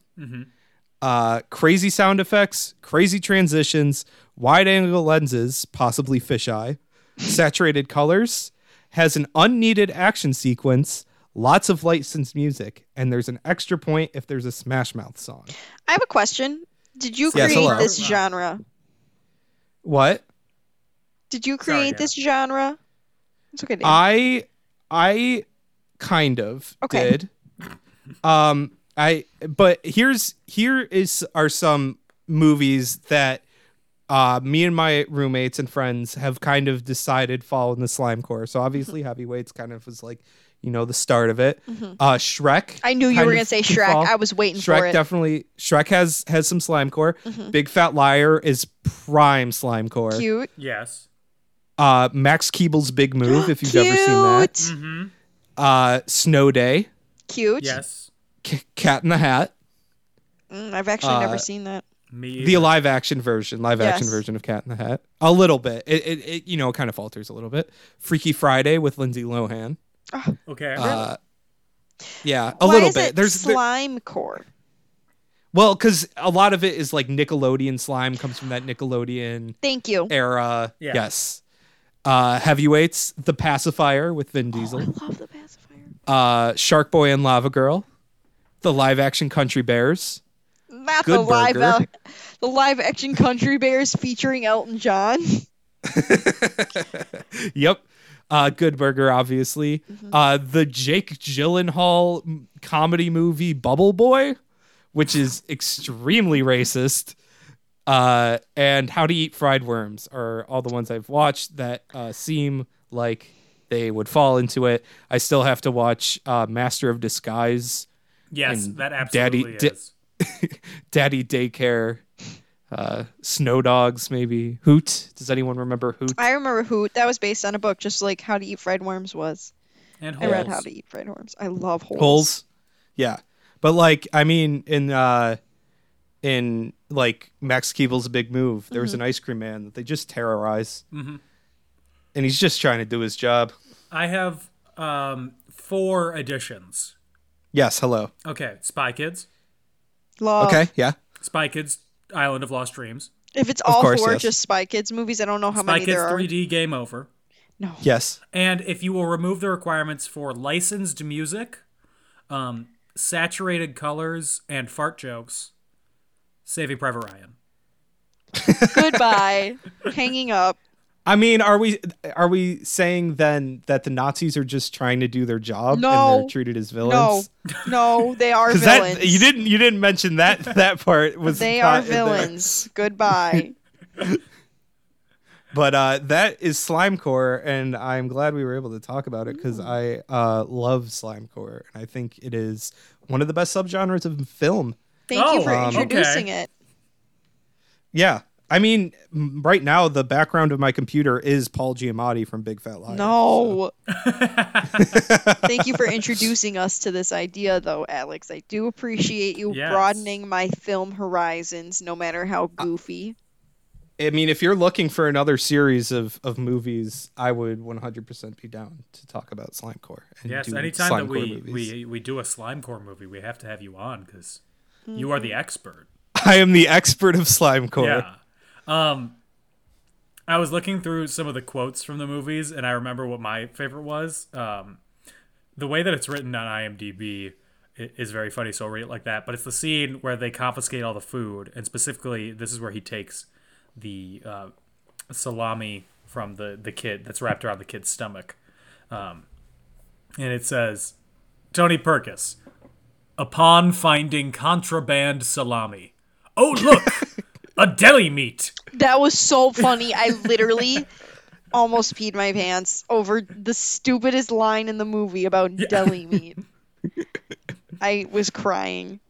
C: uh, crazy sound effects, crazy transitions, wide angle lenses, possibly fisheye, saturated colors, has an unneeded action sequence, lots of licensed music, and there's an extra point if there's a Smash Mouth song.
B: I have a question. Did you
C: Yes,
B: create
C: hello.
B: this genre?
C: What?
B: Did you
A: Sorry,
B: create
A: yeah.
B: this genre? It's okay. Dan.
C: I I kind of
B: Okay.
C: did. Um I but here's here is are some movies that uh me and my roommates and friends have kind of decided fall in the slime core. So
B: <laughs>
C: obviously heavyweights kind of was like, you know, the start of it. Uh Shrek.
B: Mm-hmm. I knew you
C: kind
B: were
C: of
B: gonna say
C: can
B: Shrek.
C: fall.
B: I was waiting
C: Shrek
B: for it. Mm-hmm.
C: definitely Shrek has has some slime core. Big Fat Liar is prime slime core.
B: Cute.
A: Yes.
C: Uh Max Keeble's Big Move if you've ever seen that.
B: Cute.
A: Mm-hmm.
C: Uh Snow Day.
B: Cute.
A: Yes.
C: C- Cat in the Hat,
B: Mm, I've actually
C: Uh,
B: never seen that.
A: Me.
C: the live action version, live action
B: Yes.
C: version of Cat in the Hat, a little bit. It, it, it you know kind of falters a little bit. Freaky Friday with Lindsay Lohan.
A: okay.
C: Uh, yeah, a
B: Why
C: little
B: is
C: bit.
B: It
C: There's there-
B: slime core.
C: well, because a lot of it is like Nickelodeon slime comes from that Nickelodeon
B: Thank you.
C: era.
A: Yeah.
C: Yes. Uh, heavyweights, The Pacifier with Vin Diesel,
B: Love the pacifier.
C: uh, Shark Boy and Lava Girl, the live action Country Bears,
B: not the
C: Good
B: live
C: Burger.
B: ac- the live action Country Bears featuring Elton John.
C: yep. Uh, Good Burger, obviously. Uh, the Jake Gyllenhaal m- comedy movie Bubble Boy, which is extremely racist. Uh, and How to Eat Fried Worms are all the ones I've watched that uh, seem like they would fall into it. I still have to watch uh, Master of Disguise,
A: Yes,
C: And
A: that
C: Daddy
A: absolutely
C: di-
A: is.
C: Daddy Daycare, uh, Snow Dogs, maybe. Hoot. Does anyone remember Hoot?
B: <laughs> I remember who that was based on a book, just like How to Eat Fried Worms was.
A: and
B: I read
A: holes.
B: How to Eat Fried Worms. I love holes.
C: holes yeah but like i mean in uh in like max keeble's big move there was
B: Mm-hmm.
C: an ice cream man that they just terrorize and he's just trying to do his job
A: I have um, four additions.
C: yes hello
A: Okay, Spy Kids,
B: Love.
C: okay yeah
A: Spy Kids, Island of Lost Dreams,
B: If it's all
C: course,
B: four
C: yes.
B: just Spy Kids movies, I don't know how
A: Spy
B: many
A: Kids
B: there are. <laughs>
A: 3D Game Over,
C: yes
A: and if you will remove the requirements for licensed music, um, saturated colors, and fart jokes, Saving Private Ryan.
B: Goodbye. <laughs> Hanging up.
C: i mean are we are we saying then that the nazis are just trying to do their job and
B: No.
C: they're treated as
B: No,
C: villains
B: no, they
C: <laughs>
B: are villains.
C: that you didn't you didn't mention that
B: <laughs>
C: that part was
B: They
C: not
B: are
C: in there.
B: villains. Goodbye.
C: <laughs> But uh, that is Slimecore, and I'm glad we were able to talk about it because I uh, love Slimecore, and I think it is one of the best subgenres of film.
B: Thank
A: Oh,
B: you for
A: um, okay.
B: introducing it.
C: Yeah, I mean, m- right now the background of my computer is Paul Giamatti from Big Fat Liar.
B: No.
A: <laughs>
B: Thank you for introducing us to this idea, though, Alex. I do appreciate you
A: Yes. Uh,
B: broadening my film horizons, no matter how goofy.
C: I mean, if you're looking for another series of, of movies, I would 100% be down to talk about Slimecore. And
A: Yes,
C: do
A: anytime that
C: Slimecore
A: we,
C: movies.
A: we we do a Slimecore movie, we have to have you on because
B: Mm-hmm.
A: you are the expert.
C: <laughs> I am the expert of Slimecore.
A: Yeah. Um, I was looking through some of the quotes from the movies, and I remember what my favorite was. Um, the way that it's written on IMDb i- is very funny, so I'll read it like that. But it's the scene where they confiscate all the food, and specifically, this is where he takes the uh, salami from the, the kid that's wrapped around the kid's stomach. Um, and it says, Tony Perkis, upon finding contraband salami. Oh, look! a deli meat.
B: That was so funny. I
A: <laughs>
B: literally almost peed my pants over the stupidest line in the movie about
A: <laughs>
B: deli meat. I was crying.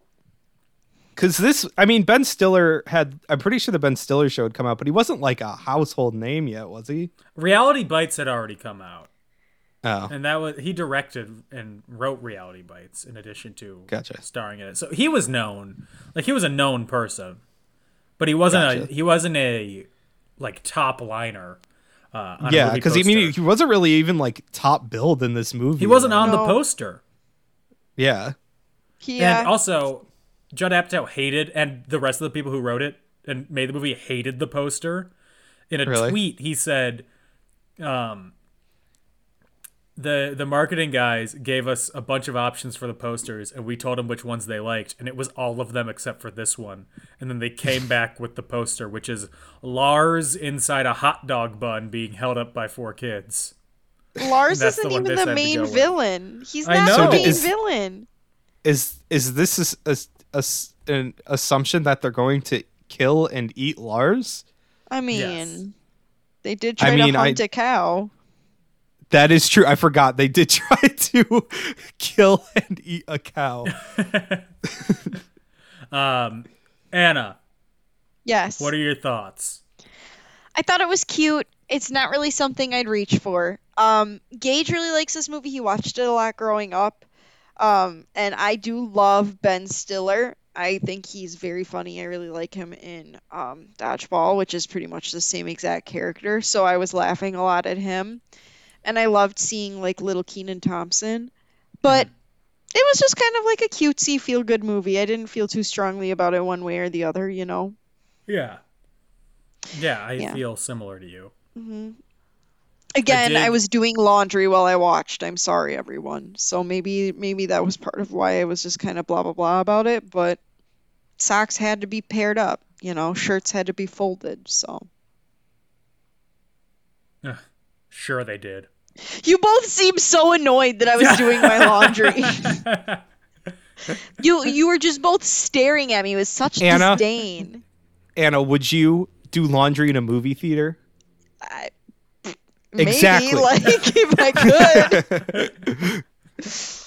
C: Because this, I mean, Ben Stiller had, I'm pretty sure the Ben Stiller show had come out, but he wasn't like a household name yet, was he?
A: Reality Bites had already come out,
C: Oh.
A: and that was he directed and wrote Reality Bites in addition to
C: Gotcha.
A: starring in it. So he was known, like he was a known person, but he wasn't a he wasn't a like top liner. Uh, on a
C: Yeah,
A: movie
C: because I mean,
A: poster.
C: he wasn't really even like top billed in this movie.
A: he wasn't on the
B: No.
A: poster,
C: Yeah,
B: Yeah.
A: and also Judd Apatow hated, and the rest of the people who wrote it and made the movie hated the poster. In a
C: Really?
A: tweet, he said, um, the the marketing guys gave us a bunch of options for the posters and we told them which ones they liked and it was all of them except for this one and then they
B: <laughs>
A: came back with the poster which is Lars inside a hot dog bun being held up by four kids.
B: Lars
A: That's the
B: isn't
A: one
B: even
A: they said to
B: the
A: go
B: main
A: with.
B: villain. He's
A: I
B: not
A: know. So
B: the
A: d-
B: main
C: is-
B: villain.
C: is is this is is- is- an assumption that they're going to kill and eat Lars?
B: I mean,
A: Yes.
B: they did
C: I
B: try
C: mean,
B: to
C: I-
B: hunt a cow.
C: That is true. I forgot they did <laughs> try to kill and eat a
A: <laughs>
C: cow.
A: Um, Anna,
B: Yes.
A: what are your thoughts?
B: I thought it was cute. It's not really something I'd reach for. Um, Gage really likes this movie. He watched it a lot growing up. Um, and I do love Ben Stiller. I think he's very funny. I really like him in um, Dodgeball, which is pretty much the same exact character. So I was laughing a lot at him. And I loved seeing like little Keenan Thompson. But it was just kind of like a cutesy feel good movie. I didn't feel too strongly about it one way or the other, you know?
A: Yeah. Yeah, I
B: Yeah.
A: feel similar to you.
B: Again, I,
A: did-
B: was doing laundry while I watched. I'm sorry, everyone. So maybe maybe that was part of why I was just kind of blah blah blah about it, but socks had to be paired up, you know, shirts had to be folded. So
A: Sure, they did.
B: you both seem so annoyed that I was doing my laundry.
A: <laughs>
B: <laughs>
D: You you were just both staring at me with such
C: Anna?
D: disdain.
C: Anna, would you do laundry in a movie theater?
B: Maybe
C: Exactly.
B: like <laughs> if I could.
A: <laughs>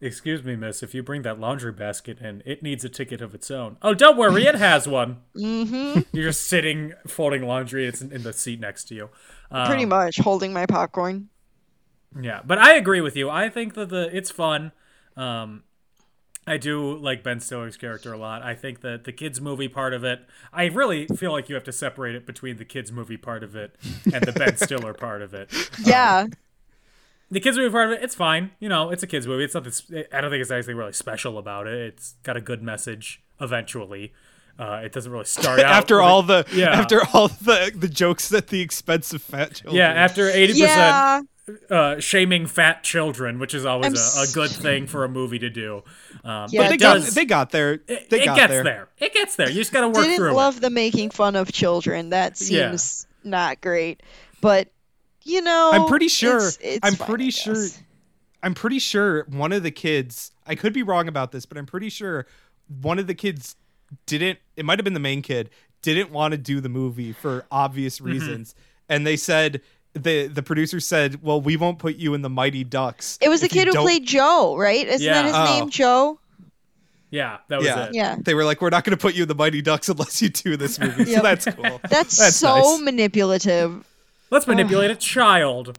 A: Excuse me, miss, if you bring that laundry basket in, it needs a ticket of its own. Oh, don't worry, it has one. mm-hmm. You're just sitting folding laundry. It's in in the seat next to you. Oh.
B: Pretty much holding my popcorn.
A: Yeah, but I agree with you. I think that the it's fun. Um, I do like Ben Stiller's character a lot. I think that the kids movie part of it, I really feel like you have to separate it between the kids movie part of it and the Ben Stiller part of Oh. it.
B: Yeah.
A: The kids movie part of it, it's fine. You know, it's a kids movie. It's nothing. sp- I don't think it's anything really special about it. It's got a good message. Eventually, uh, it doesn't really start out
C: <laughs> After
A: with-
C: all the
A: Yeah.
C: after all the the jokes at the expense of fat children.
A: yeah, after eighty
B: Yeah.
A: percent uh, shaming fat children, which is always a,
B: I'm
A: a good thing for a movie to do. Um,
B: Yeah,
A: but
C: they
A: it
C: got,
A: does.
C: they got there.
A: it,
C: They
A: it
C: got
A: gets
C: there.
A: there. It gets there. You just got to work
B: Didn't
A: through
B: love the making fun of children. That
A: Yeah.
B: seems not great. But you know
C: I'm pretty sure.
B: Oh, it's- it's
C: I'm
B: fine, I
C: pretty sure.
B: guess.
C: I'm pretty sure one of the kids. I could be wrong about this, but I'm pretty sure one of the kids didn't. It might have been the main kid. Didn't want to do the movie for obvious
A: Mm-hmm.
C: reasons, and they said the the producer said, "Well, we won't put you in the Mighty Ducks."
B: It was the
C: if you
B: kid who
C: don't-"
B: played Joe, right? Isn't that his
A: Yeah.
C: Oh.
B: name, Joe?
A: it. Yeah, that was
C: Yeah,
A: it.
C: <laughs>
B: Yeah.
C: They were like, "We're not going to put you in the Mighty Ducks unless you
B: <laughs>
C: do this movie." So
B: Yep.
C: that's cool.
B: That's,
C: That's
B: so
C: nice.
B: manipulative.
A: Let's manipulate a child.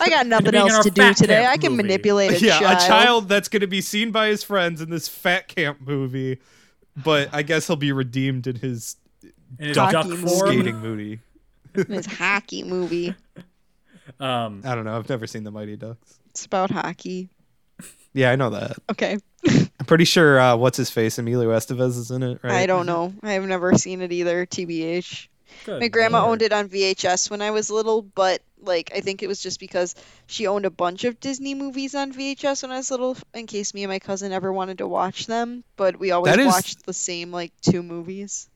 B: I
C: <laughs>
B: got nothing
A: Making our
B: else to do
A: Fat
B: today.
A: Camp
B: I can
A: movie.
B: manipulate a
C: yeah,
B: child.
C: a child that's going to be seen by his friends in this fat camp movie, but I guess he'll be redeemed in his
A: In his
C: Duck
A: duck
B: movie.
A: form.
C: skating movie.
B: It's hockey movie.
A: Um,
C: I don't know. I've never seen the Mighty Ducks.
B: It's about hockey.
C: Yeah, I know that.
B: Okay. <laughs>
C: I'm pretty sure uh, what's his face, Emilio Estevez, is in it, right?
B: I don't know. I have never seen it either, TBH.
A: good
B: My grandma
A: lord.
B: owned it on VHS when I was little, but like I think it was just because she owned a bunch of Disney movies on VHS when I was little in case me and my cousin ever wanted to watch them, but we always
C: That is-
B: watched the same like two movies.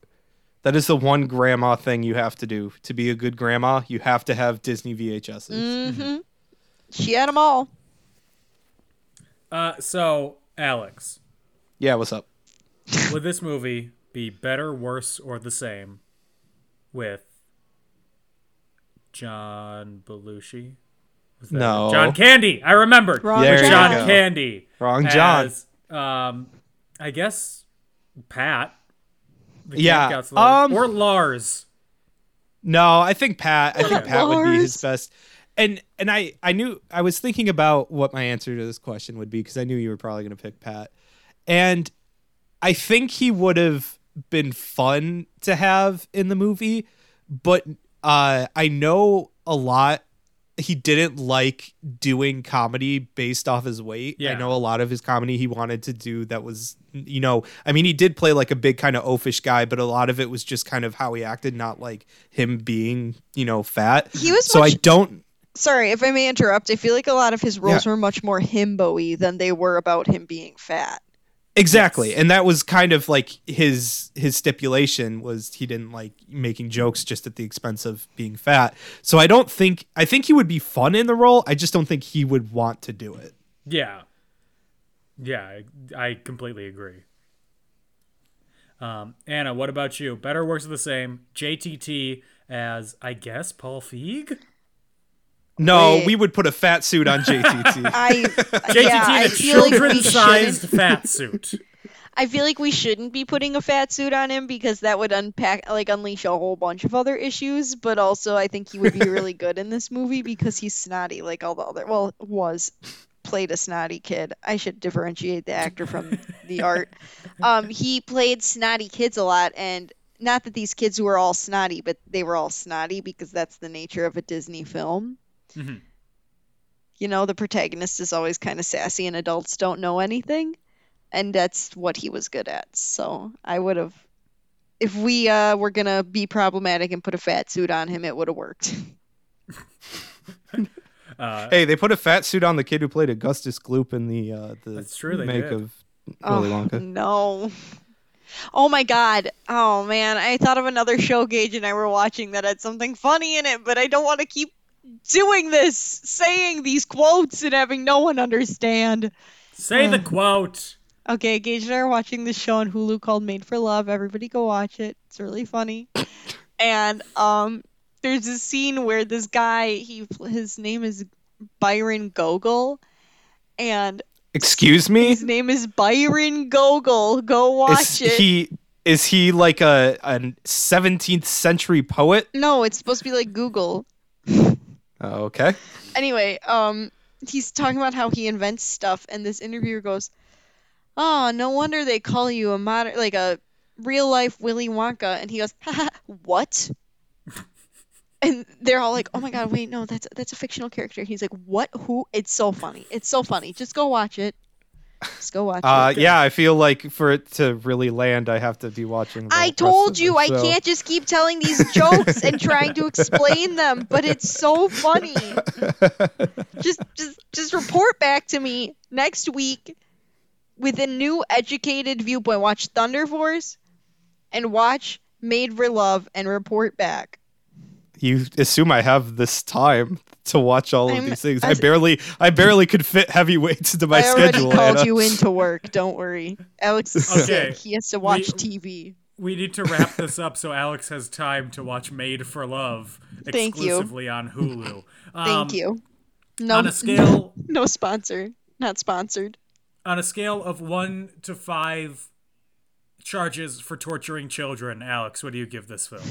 C: That is the one grandma thing you have to do to be a good grandma. You have to have Disney VHSs.
B: Mhm. She had them all.
A: Uh, so, Alex,
C: Yeah, what's up?
A: would this movie be better, worse, or the same with John Belushi? Was that
C: No.
A: it? John Candy. I remembered.
B: Wrong
C: There you
A: John
C: go.
A: Candy.
C: Wrong John.
A: As, um, I guess Pat. the camp
C: Yeah,
A: counselor,
C: um,
A: or Lars.
C: No, I think Pat. I think Pat would be his
B: Lars.
C: best. And and I I knew I was thinking about what my answer to this question would be because I knew you were probably going to pick Pat, and I think he would have been fun to have in the movie, but uh, I know a lot. He didn't like doing comedy based off his weight. I
A: Yeah.
C: know a lot of his comedy he wanted to do that was, you know, I mean, he did play like a big kind of oafish guy, but a lot of it was just kind of how he acted, not like him being, you know, fat.
B: He was
C: so I
B: much-
C: don't.
B: Sorry, if I may interrupt, I feel like a lot of his roles were much more himbo-y than they were about him being fat.
C: Exactly. And that was kind of like his his stipulation was he didn't like making jokes just at the expense of being fat. So I don't think I think he would be fun in the role. I just don't think he would want to do it.
A: Yeah. Yeah, I, I completely agree. Um, Anna, what about you? Better works of the same. JTT as I guess Paul Feig.
C: No,
B: Wait. Uh,
C: we would put a fat suit on JTT.
B: I
A: JTT
B: yeah,
A: in
B: I
A: a
B: feel like we
A: children-sized
B: shouldn't-
A: fat suit.
D: I feel like we shouldn't be putting a fat suit on him because that would unpack like unleash a whole bunch of other issues, but also I think he would be really good in this movie because he's snotty like all the other well, was played a snotty kid. I should differentiate the actor from the art. Um he played snotty kids a lot and not that these kids were all snotty, but they were all snotty because that's the nature of a Disney film.
A: Mhm.
D: You know, the protagonist is always kind of sassy and adults don't know anything and that's what he was good at. So I would have, if we uh, were gonna be problematic and put a fat suit on him, it would have
B: <laughs>
D: worked.
C: hey, they put a fat suit on the kid who played Augustus Gloop in the uh the
A: That's true, they
C: make
B: <laughs>
A: did.
C: of Willy Wonka.
D: No,
B: Oh my god. Oh man, I thought of another show Gage and I were watching that had something funny in it, but I don't want to keep doing this, saying these quotes and having no one understand.
A: Say
B: Oh.
A: the quote.
B: Okay, Gage and I are watching this show on Hulu called Made for Love. Everybody go watch it. It's really funny. and um there's a scene where this guy, he his name is Byron Gogol and
C: Excuse me? <laughs>
B: his name is Byron Gogol. Go watch
C: Is
B: it.
C: he is he like a a 17th century poet?
B: No, it's supposed to be like Google.
C: Oh, okay.
B: anyway, um, he's talking about how he invents stuff, and this interviewer goes, "Oh, no wonder they call you a modern, like a real life Willy Wonka." And he goes, Haha, "What?" And they're all like, "Oh my god, wait, no, that's that's a fictional character." He's like, "What? Who?" It's so funny. It's so funny. Just go watch it. Just go watch
C: Uh,
B: it.
C: yeah, I feel like for it to really land, I have to be watching. the
B: I
C: rest
B: told
C: of
B: you
C: the
B: I
C: show.
B: can't just keep telling these jokes and trying to explain them, but it's so
C: <laughs>
B: funny. just just just report back to me next week with a new educated viewpoint. Watch Thunder Force and watch Made for Love and report back.
C: You assume I have this time to watch all of
B: I'm-
C: these things.
B: I
C: I
B: s-
C: barely, I barely could fit heavyweights into my
B: I already
C: schedule.
B: called
C: Anna.
B: you into work. Don't worry. Alex is
A: Okay.
B: sick. He has to watch
A: We-
B: TV.
A: We need to wrap this up so Alex has time to watch Made for Love
B: Thank you.
A: exclusively on Hulu. Um,
B: Thank you. No,
A: On a scale
B: <laughs> no sponsor. Not sponsored.
A: on a scale of one to five charges for torturing children, Alex, what do you give this film?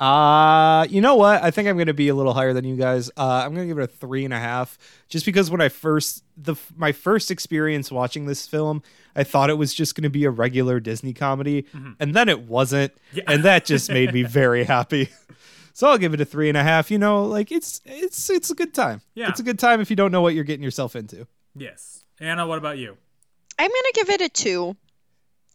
C: Uh, you know what? I think I'm gonna be a little higher than you guys. Uh, I'm gonna give it a three and a half, just because when I first the my first experience watching this film, I thought it was just gonna be a regular Disney comedy, and then it wasn't, and that just made me very happy. So I'll give it a three and a half. You know, like it's it's it's a good time.
A: Yeah.
C: it's a good time if you don't know what you're getting yourself into.
A: Yes. Anna, what about you?
B: I'm gonna give it a two.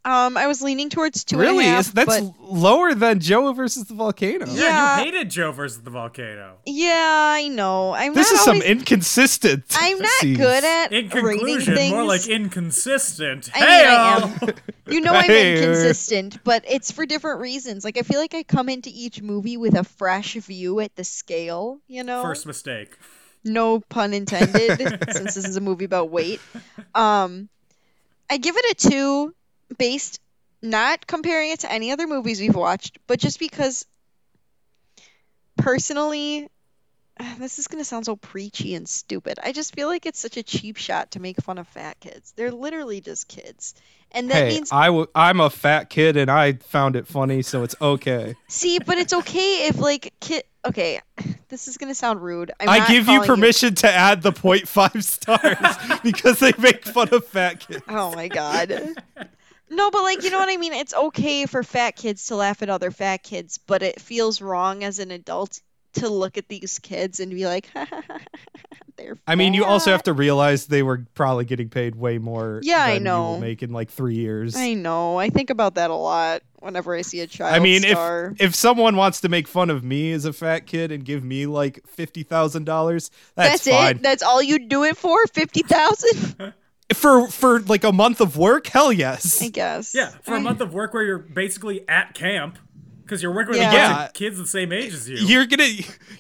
B: Um, I was leaning towards two and a
C: really,
B: half,
C: It's- that's
B: but-
C: lower than Joe versus the volcano.
B: Yeah.
A: You hated Joe versus the volcano.
B: yeah, I know. I'm
C: This
B: not
C: is
B: always,
C: some inconsistent.
B: I'm not
C: scenes.
B: good at
A: In
B: rating
A: conclusion,
B: things.
A: more like inconsistent.
B: I mean, I
A: Hey,
B: you know, I'm
C: Hey.
B: inconsistent, but it's for different reasons. Like I feel like I come into each movie with a fresh view at the scale. You
A: <laughs>
B: know,
A: First mistake.
B: no pun intended, <laughs> since this is a movie about weight. Um, I give it a two, based not comparing it to any other movies we've watched, but just because personally, <sighs> this is gonna sound so preachy and stupid. I just feel like it's such a cheap shot to make fun of fat kids. They're literally just kids, and that
C: hey,
B: means
C: I w- I'm a fat kid and I found it funny, so it's okay.
B: see. But it's okay if like kid. Okay, <sighs> this is gonna sound rude. <laughs> I'm
C: I
B: not
C: give you
B: calling
C: permission to add the 0.5 <laughs> stars because they make fun of fat kids.
B: Oh my god. <laughs> No, but like you know what I mean? It's okay for fat kids to laugh at other fat kids, but it feels wrong as an adult to look at these kids and be like, <laughs> they're
C: I mean, you also
B: fat."
C: have to realize they were probably getting paid way more.
B: Yeah, I
C: than you
B: know.
C: will Make in like three years.
B: I know. I think about that a lot whenever I see a child
C: I mean,
B: star.
C: if if someone wants to make fun of me as a fat kid and give me like fifty thousand dollars, that's,
B: that's
C: fine.
B: it. That's all you do it for? 50,000?
C: for for like a month of work, hell yes.
B: I
C: <laughs>
B: guess.
A: Yeah, for a month of work where you're basically at camp because you're working with a
B: Yeah.
A: bunch
C: Yeah.
A: of kids the same age as you.
C: You're gonna,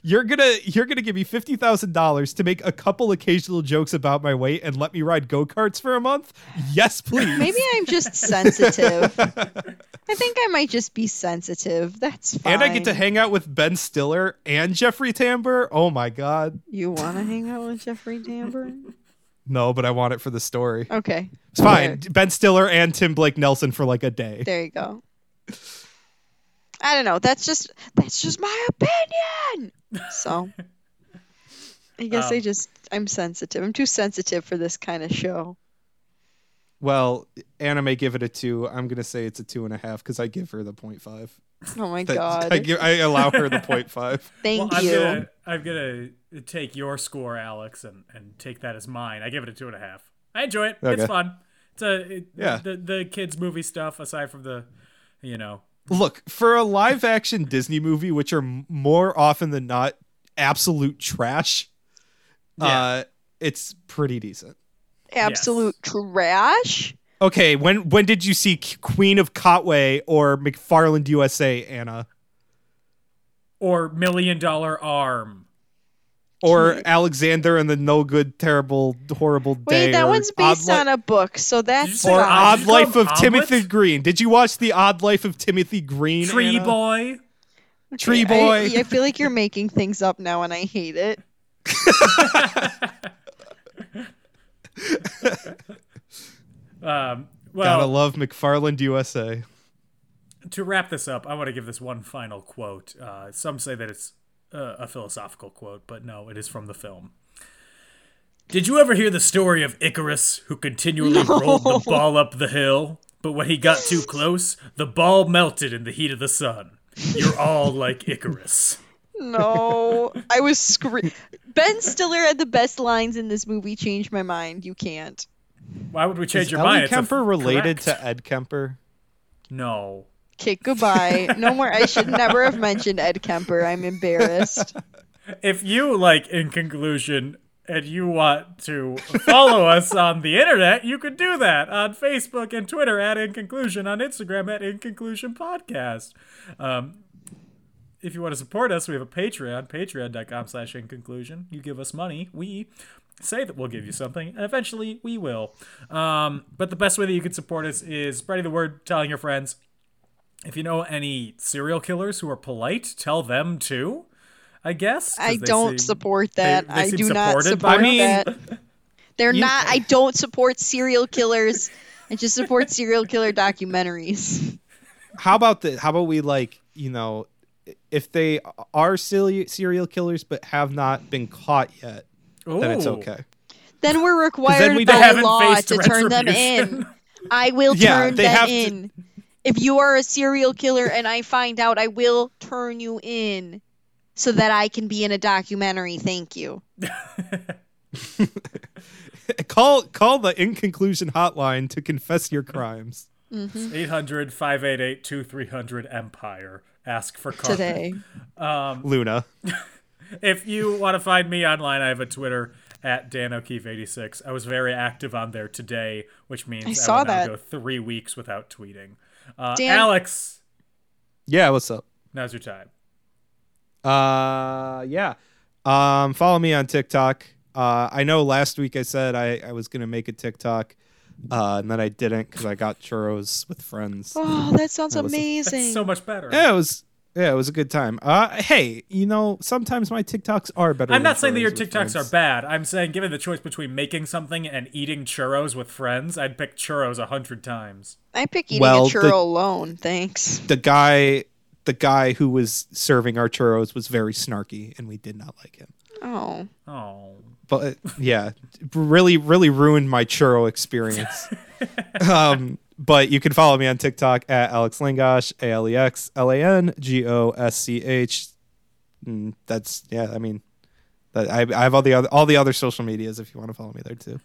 C: you're gonna, you're gonna give me fifty thousand dollars to make a couple occasional jokes about my weight and let me ride go karts for a month? Yes,
B: <laughs>
C: please.
B: Maybe I'm just sensitive.
C: <laughs>
B: I think I might just be sensitive. That's fine.
C: and I get to hang out with Ben Stiller and Jeffrey Tambor. Oh my god,
B: You want to hang out with Jeffrey Tambor?
C: <laughs> no, but I want it for the story.
B: Okay.
C: It's fine. Ben Stiller and Tim Blake Nelson for like a day.
B: There you go. I don't know. That's just that's just my opinion. So I guess I just I'm sensitive. I'm too sensitive for this kind of show.
C: Well, Anna may give it a two. I'm gonna say it's a two and a half because I give her the point five.
B: Oh my
C: That-
B: god.
C: I, give, I allow her the point five.
B: Thank
A: I'm
B: you.
A: gonna I'm gonna take your score, Alex, and and take that as mine. I give it a two and a half. I enjoy it.
C: Okay.
A: It's fun. It's a it-
C: Yeah.
A: The the kids movie stuff aside from the, you know.
C: Look, for a live action Disney movie, which are m- more often than not absolute trash, uh, it's pretty decent.
B: Absolute trash.
C: Okay, when when did you see K- Queen of Cotway or McFarland USA, Anna,
A: Or Million Dollar Arm.
C: or Alexander and the No Good, Terrible, Horrible Day?
B: Wait, that
C: or
B: odd
C: Odd
B: based
C: Li-
B: on a book, so that's
A: say
C: or
A: Odd-
B: not-
C: Odd
A: Did you call
C: Life
A: him
C: of Timothy
A: Omelette?
C: Green. Did you watch the Odd Life of Timothy Green?
A: Tree
C: Anna?
A: Boy.
C: Tree
B: I-
C: Boy.
B: I, feel like you're making things up now, and I hate it.
A: Um,
C: Gotta
A: well,
C: love McFarland USA.
A: to wrap this up, I want to give this one final quote. Uh, some say that it's uh, a philosophical quote, but no, it is from the film. Did you ever hear the story of Icarus, who continually rolled the ball up the hill, but when he got too close, the ball melted in the heat of the sun? You're all like Icarus.
B: No, I was screaming. Ben Stiller had the best lines in this movie. Change my mind. You can't.
A: Why would we change
C: Is
A: your
C: Ellie
A: mind? It's a-
C: Kemper related
A: correct.
C: to Ed Kemper?
A: No.
B: Okay, goodbye. No more. I should never have mentioned Ed Kemper.
A: <laughs>
B: I'm embarrassed.
A: if you like in conclusion and you want to follow
B: <laughs>
A: us on the internet you can do that on facebook and twitter at in conclusion on instagram at in conclusion podcast um, if you want to support us we have a patreon patreon.com slash in conclusion you give us money we say that we'll give you something and eventually we will um, but the best way that you can support us is spreading the word telling your friends if you know any serial killers who are polite tell them too I guess 'cause
B: I
A: they
B: don't
A: seem-
B: support that.
A: they
B: I
A: seem
B: do not
A: supported
B: support
A: by us.
B: that. They're not. I don't support serial killers. I just support serial killer documentaries. <laughs>
C: How about the? How about we like you know, if they are serial serial killers but have not been caught yet, then it's
A: Ooh.
C: okay. <laughs>
A: <laughs>
B: Then we're required
C: we
B: by
A: haven't
B: law
A: faced
B: to turn them
A: retribution.
B: in. I
A: <laughs>
B: will
C: Yeah,
B: turn
C: they
B: them
C: have to-
B: in. If you are a serial killer and I find out, I will turn you in so that I can be in a documentary. Thank you.
C: Call call the in conclusion hotline to confess your crimes.
A: Mm-hmm. 800 588 2300 Empire. Ask for Carmen.
B: Today.
C: Luna,
A: <laughs> If you want to find me online, I have a Twitter at Dan O'Keefe86. I was very active on there today, which means I,
B: saw
A: will now
B: that.
A: go three weeks without tweeting. Uh,
B: Dan-
A: Alex,
C: yeah, what's up?
A: now's your time.
C: Uh, yeah. Um, follow me on TikTok. Uh, I know last week I said I, I was gonna make a TikTok, uh, and then I didn't because I got churros with friends.
B: Oh, that sounds
C: was-
B: amazing.
A: That's so much better.
C: Yeah, it was. Yeah, it was a good time. Uh, hey, you know, sometimes my TikToks are better.
A: I'm
C: than
A: not saying that
C: churros
A: your
C: with
A: TikToks are
C: friends.
A: bad. I'm saying, given the choice between making something and eating churros with friends, I'd pick churros a hundred times.
B: I pick eating
C: Well,
B: a
C: the-
B: churro alone. Thanks.
C: The guy, the guy who was serving our churros was very snarky, and we did not like him.
B: Oh.
A: Oh.
C: But yeah, really, really ruined my
A: <laughs>
C: churro experience. um, but you can follow me on TikTok at Alex Langosh, A L E X L A N G O S C H. Mm, That's yeah. I mean, that, I, I have all the other all the other social medias if you want to follow me there too.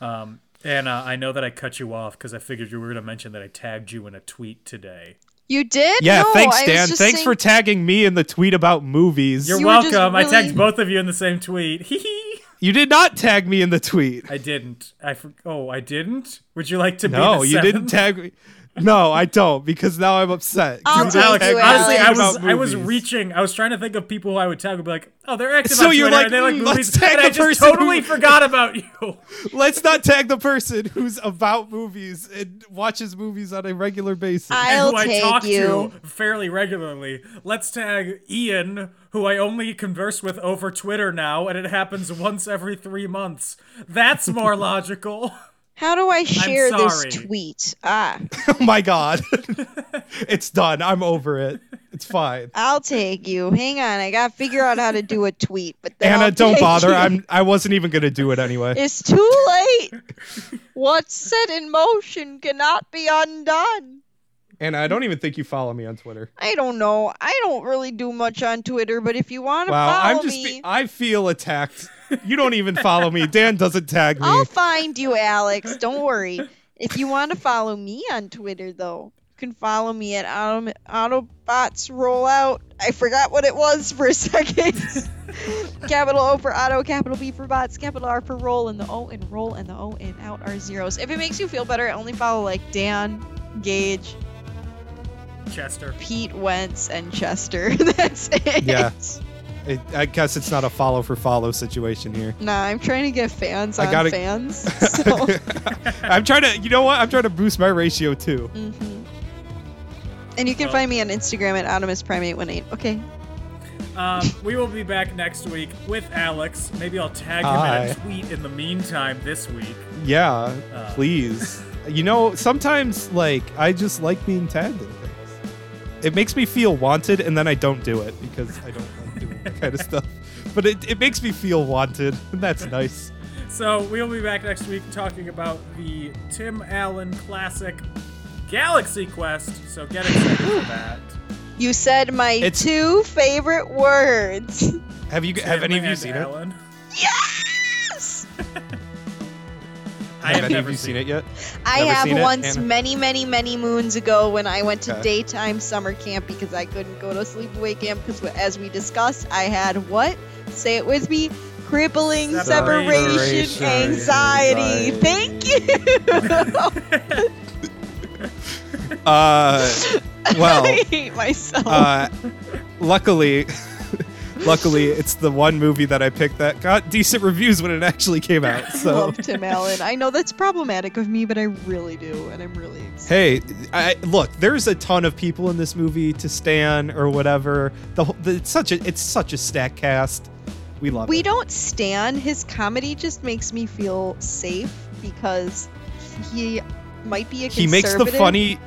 A: Um, Anna, I know that I cut you off because I figured you were going to mention that I tagged you in a tweet today.
B: You did?
C: Yeah,
B: No,
C: thanks,
B: I was
C: Dan.
B: just
C: Thanks
B: saying-
C: for tagging me in the tweet about movies.
A: You're
B: You were just
A: welcome. I tagged
B: really-
A: both of you in the same tweet. <laughs> Hee hee.
C: You did not tag me in the tweet.
A: I didn't. I for- oh, I didn't. Would you like to be?
C: No,
A: the
C: you
A: seventh?
C: didn't tag me. No, I don't because now I'm upset. 'cause
B: I'll
C: you
B: tag
A: Alex,
B: you,
C: tagged me
A: honestly,
C: in
A: I
C: the tweet
A: was
C: about
A: I was
C: movies.
A: reaching. I was trying to think of people who I would tag. I'd be like, oh, they're active
C: So
A: on
C: you're
A: Twitter
C: like,
A: and they like "Hmm,
C: mm,
A: movies.
C: let's tag
A: and
C: the
A: I just
C: person who-
A: totally forgot about you.
C: Let's not tag the person who's about movies and watches movies on a regular basis.
B: I'll
A: and who I
B: take
A: talk
B: you.
A: to fairly regularly. Let's tag Ian, who I only converse with over Twitter now, and it happens once every three months. That's
C: <laughs>
A: more logical.
B: How do I share this
A: sorry.
B: tweet? Ah,
C: <laughs> oh my god. <laughs> it's done. I'm over it. It's fine.
B: I'll take you. Hang on, I gotta figure out how to do a tweet. But then <laughs>
C: Anna,
B: I'll
C: don't
B: take
C: bother.
B: you.
C: I'm I wasn't even gonna do
B: <laughs>
C: it anyway.
B: It's too late. What's set in motion cannot be undone.
C: Anna, I don't even think you follow me on Twitter.
B: I don't know. I don't really do much on Twitter, but if you want to
C: <laughs> Wow,
B: follow
C: I'm just
B: me,
C: I feel attacked. <laughs> You don't even follow me. Dan doesn't tag me.
B: I'll find you, Alex. Don't worry. If you want to follow me on Twitter, though, can follow me at Autom- Autobots Rollout. I forgot what it was for a <laughs> second. capital O for auto, capital B for bots, capital R for roll, and the O in roll and the O in out are zeros. If it makes you feel better, I only follow like Dan, Gage,
A: Chester.
B: Pete Wentz, and Chester. <laughs> That's it.
C: Yeah. I, I guess it's not a follow for follow
B: <laughs>
C: situation here.
B: Nah, I'm trying to get fans
C: I
B: on
C: gotta-
B: fans.
C: <laughs>
B: So.
C: I'm trying to, you know what? I'm trying to boost my ratio too.
B: Mhm. And you can find me on Instagram at AutomusPrime818. Okay.
A: Um, we will be back next week with Alex. Maybe I'll tag him in a
C: Hi.
A: tweet in the meantime this week.
C: Yeah,
A: Uh.
C: please. you know, sometimes like I just like being tagged in things. It makes me feel wanted, and then I don't do it because I don't like doing
B: <laughs>
C: that kind of stuff. But it, it makes me feel wanted, <laughs> and that's nice.
A: So we will be back next week talking about the Tim Allen classic Galaxy Quest. So get excited for that.
B: You said my
C: It's-
B: two favorite words.
C: Have you? have any of you seen it?
A: Allen.
B: Yes!
A: I have
C: any
A: never
C: of you seen it yet?
B: I
C: Never
B: have
C: seen it,
B: once
C: Anna?
B: many, many, many moons ago when I went to
C: Okay.
B: daytime summer camp because I couldn't go to sleepaway camp because, as we discussed, I had what? Say it with me. Crippling
A: Separation
B: separation anxiety. Thank you. <laughs>
C: Uh,
B: <laughs> I
C: well,
B: hate myself.
C: uh, luckily, <laughs> luckily, it's the one movie that I picked that got decent reviews when it actually
B: <laughs>
C: came out.
B: I
C: So.
B: love Tim Allen. I know that's problematic of me, but I really do, and I'm really excited.
C: Hey, I, look, there's a ton of people in this movie to stan or whatever. The, whole- the it's such a it's such a stack cast. We love
B: We
C: it.
B: don't stand his comedy; just makes me feel safe because he might be a
C: he makes the
B: conservative-
C: funny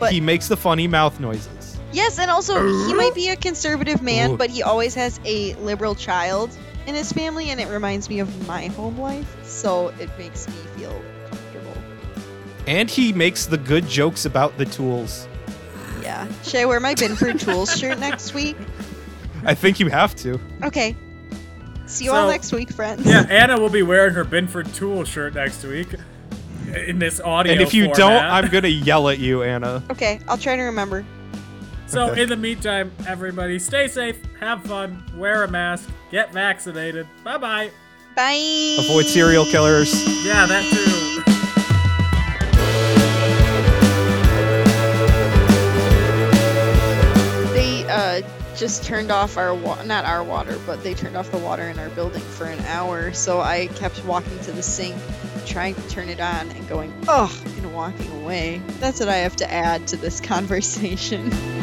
B: but-
C: he makes the funny mouth noises.
B: Yes, and also he might be a conservative man,
C: Ooh.
B: but he always has a liberal child in his family, and it reminds me of my home life, so it makes me feel comfortable.
C: And he makes the good jokes about the tools.
B: Yeah. Should I wear my
C: <laughs>
B: Binford Tools shirt next week?
C: I think you have to.
B: Okay. See you
A: So-
B: all next week, friends.
A: Yeah, Anna will be wearing her Binford Tool shirt next week in this audio.
C: and if you
A: format.
C: don't, I'm going to yell at you, Anna.
B: Okay, I'll try to remember.
A: So in the meantime, everybody, stay safe, have fun, wear a mask, get vaccinated. Bye bye.
B: Bye.
C: Avoid serial killers.
A: Yeah, that too.
B: They uh, just turned off our wa- not our water, but they turned off the water in our building for an hour. So I kept walking to the sink, trying to turn it on, and going, "Ugh," and walking away. That's what I have to add to this <laughs> conversation.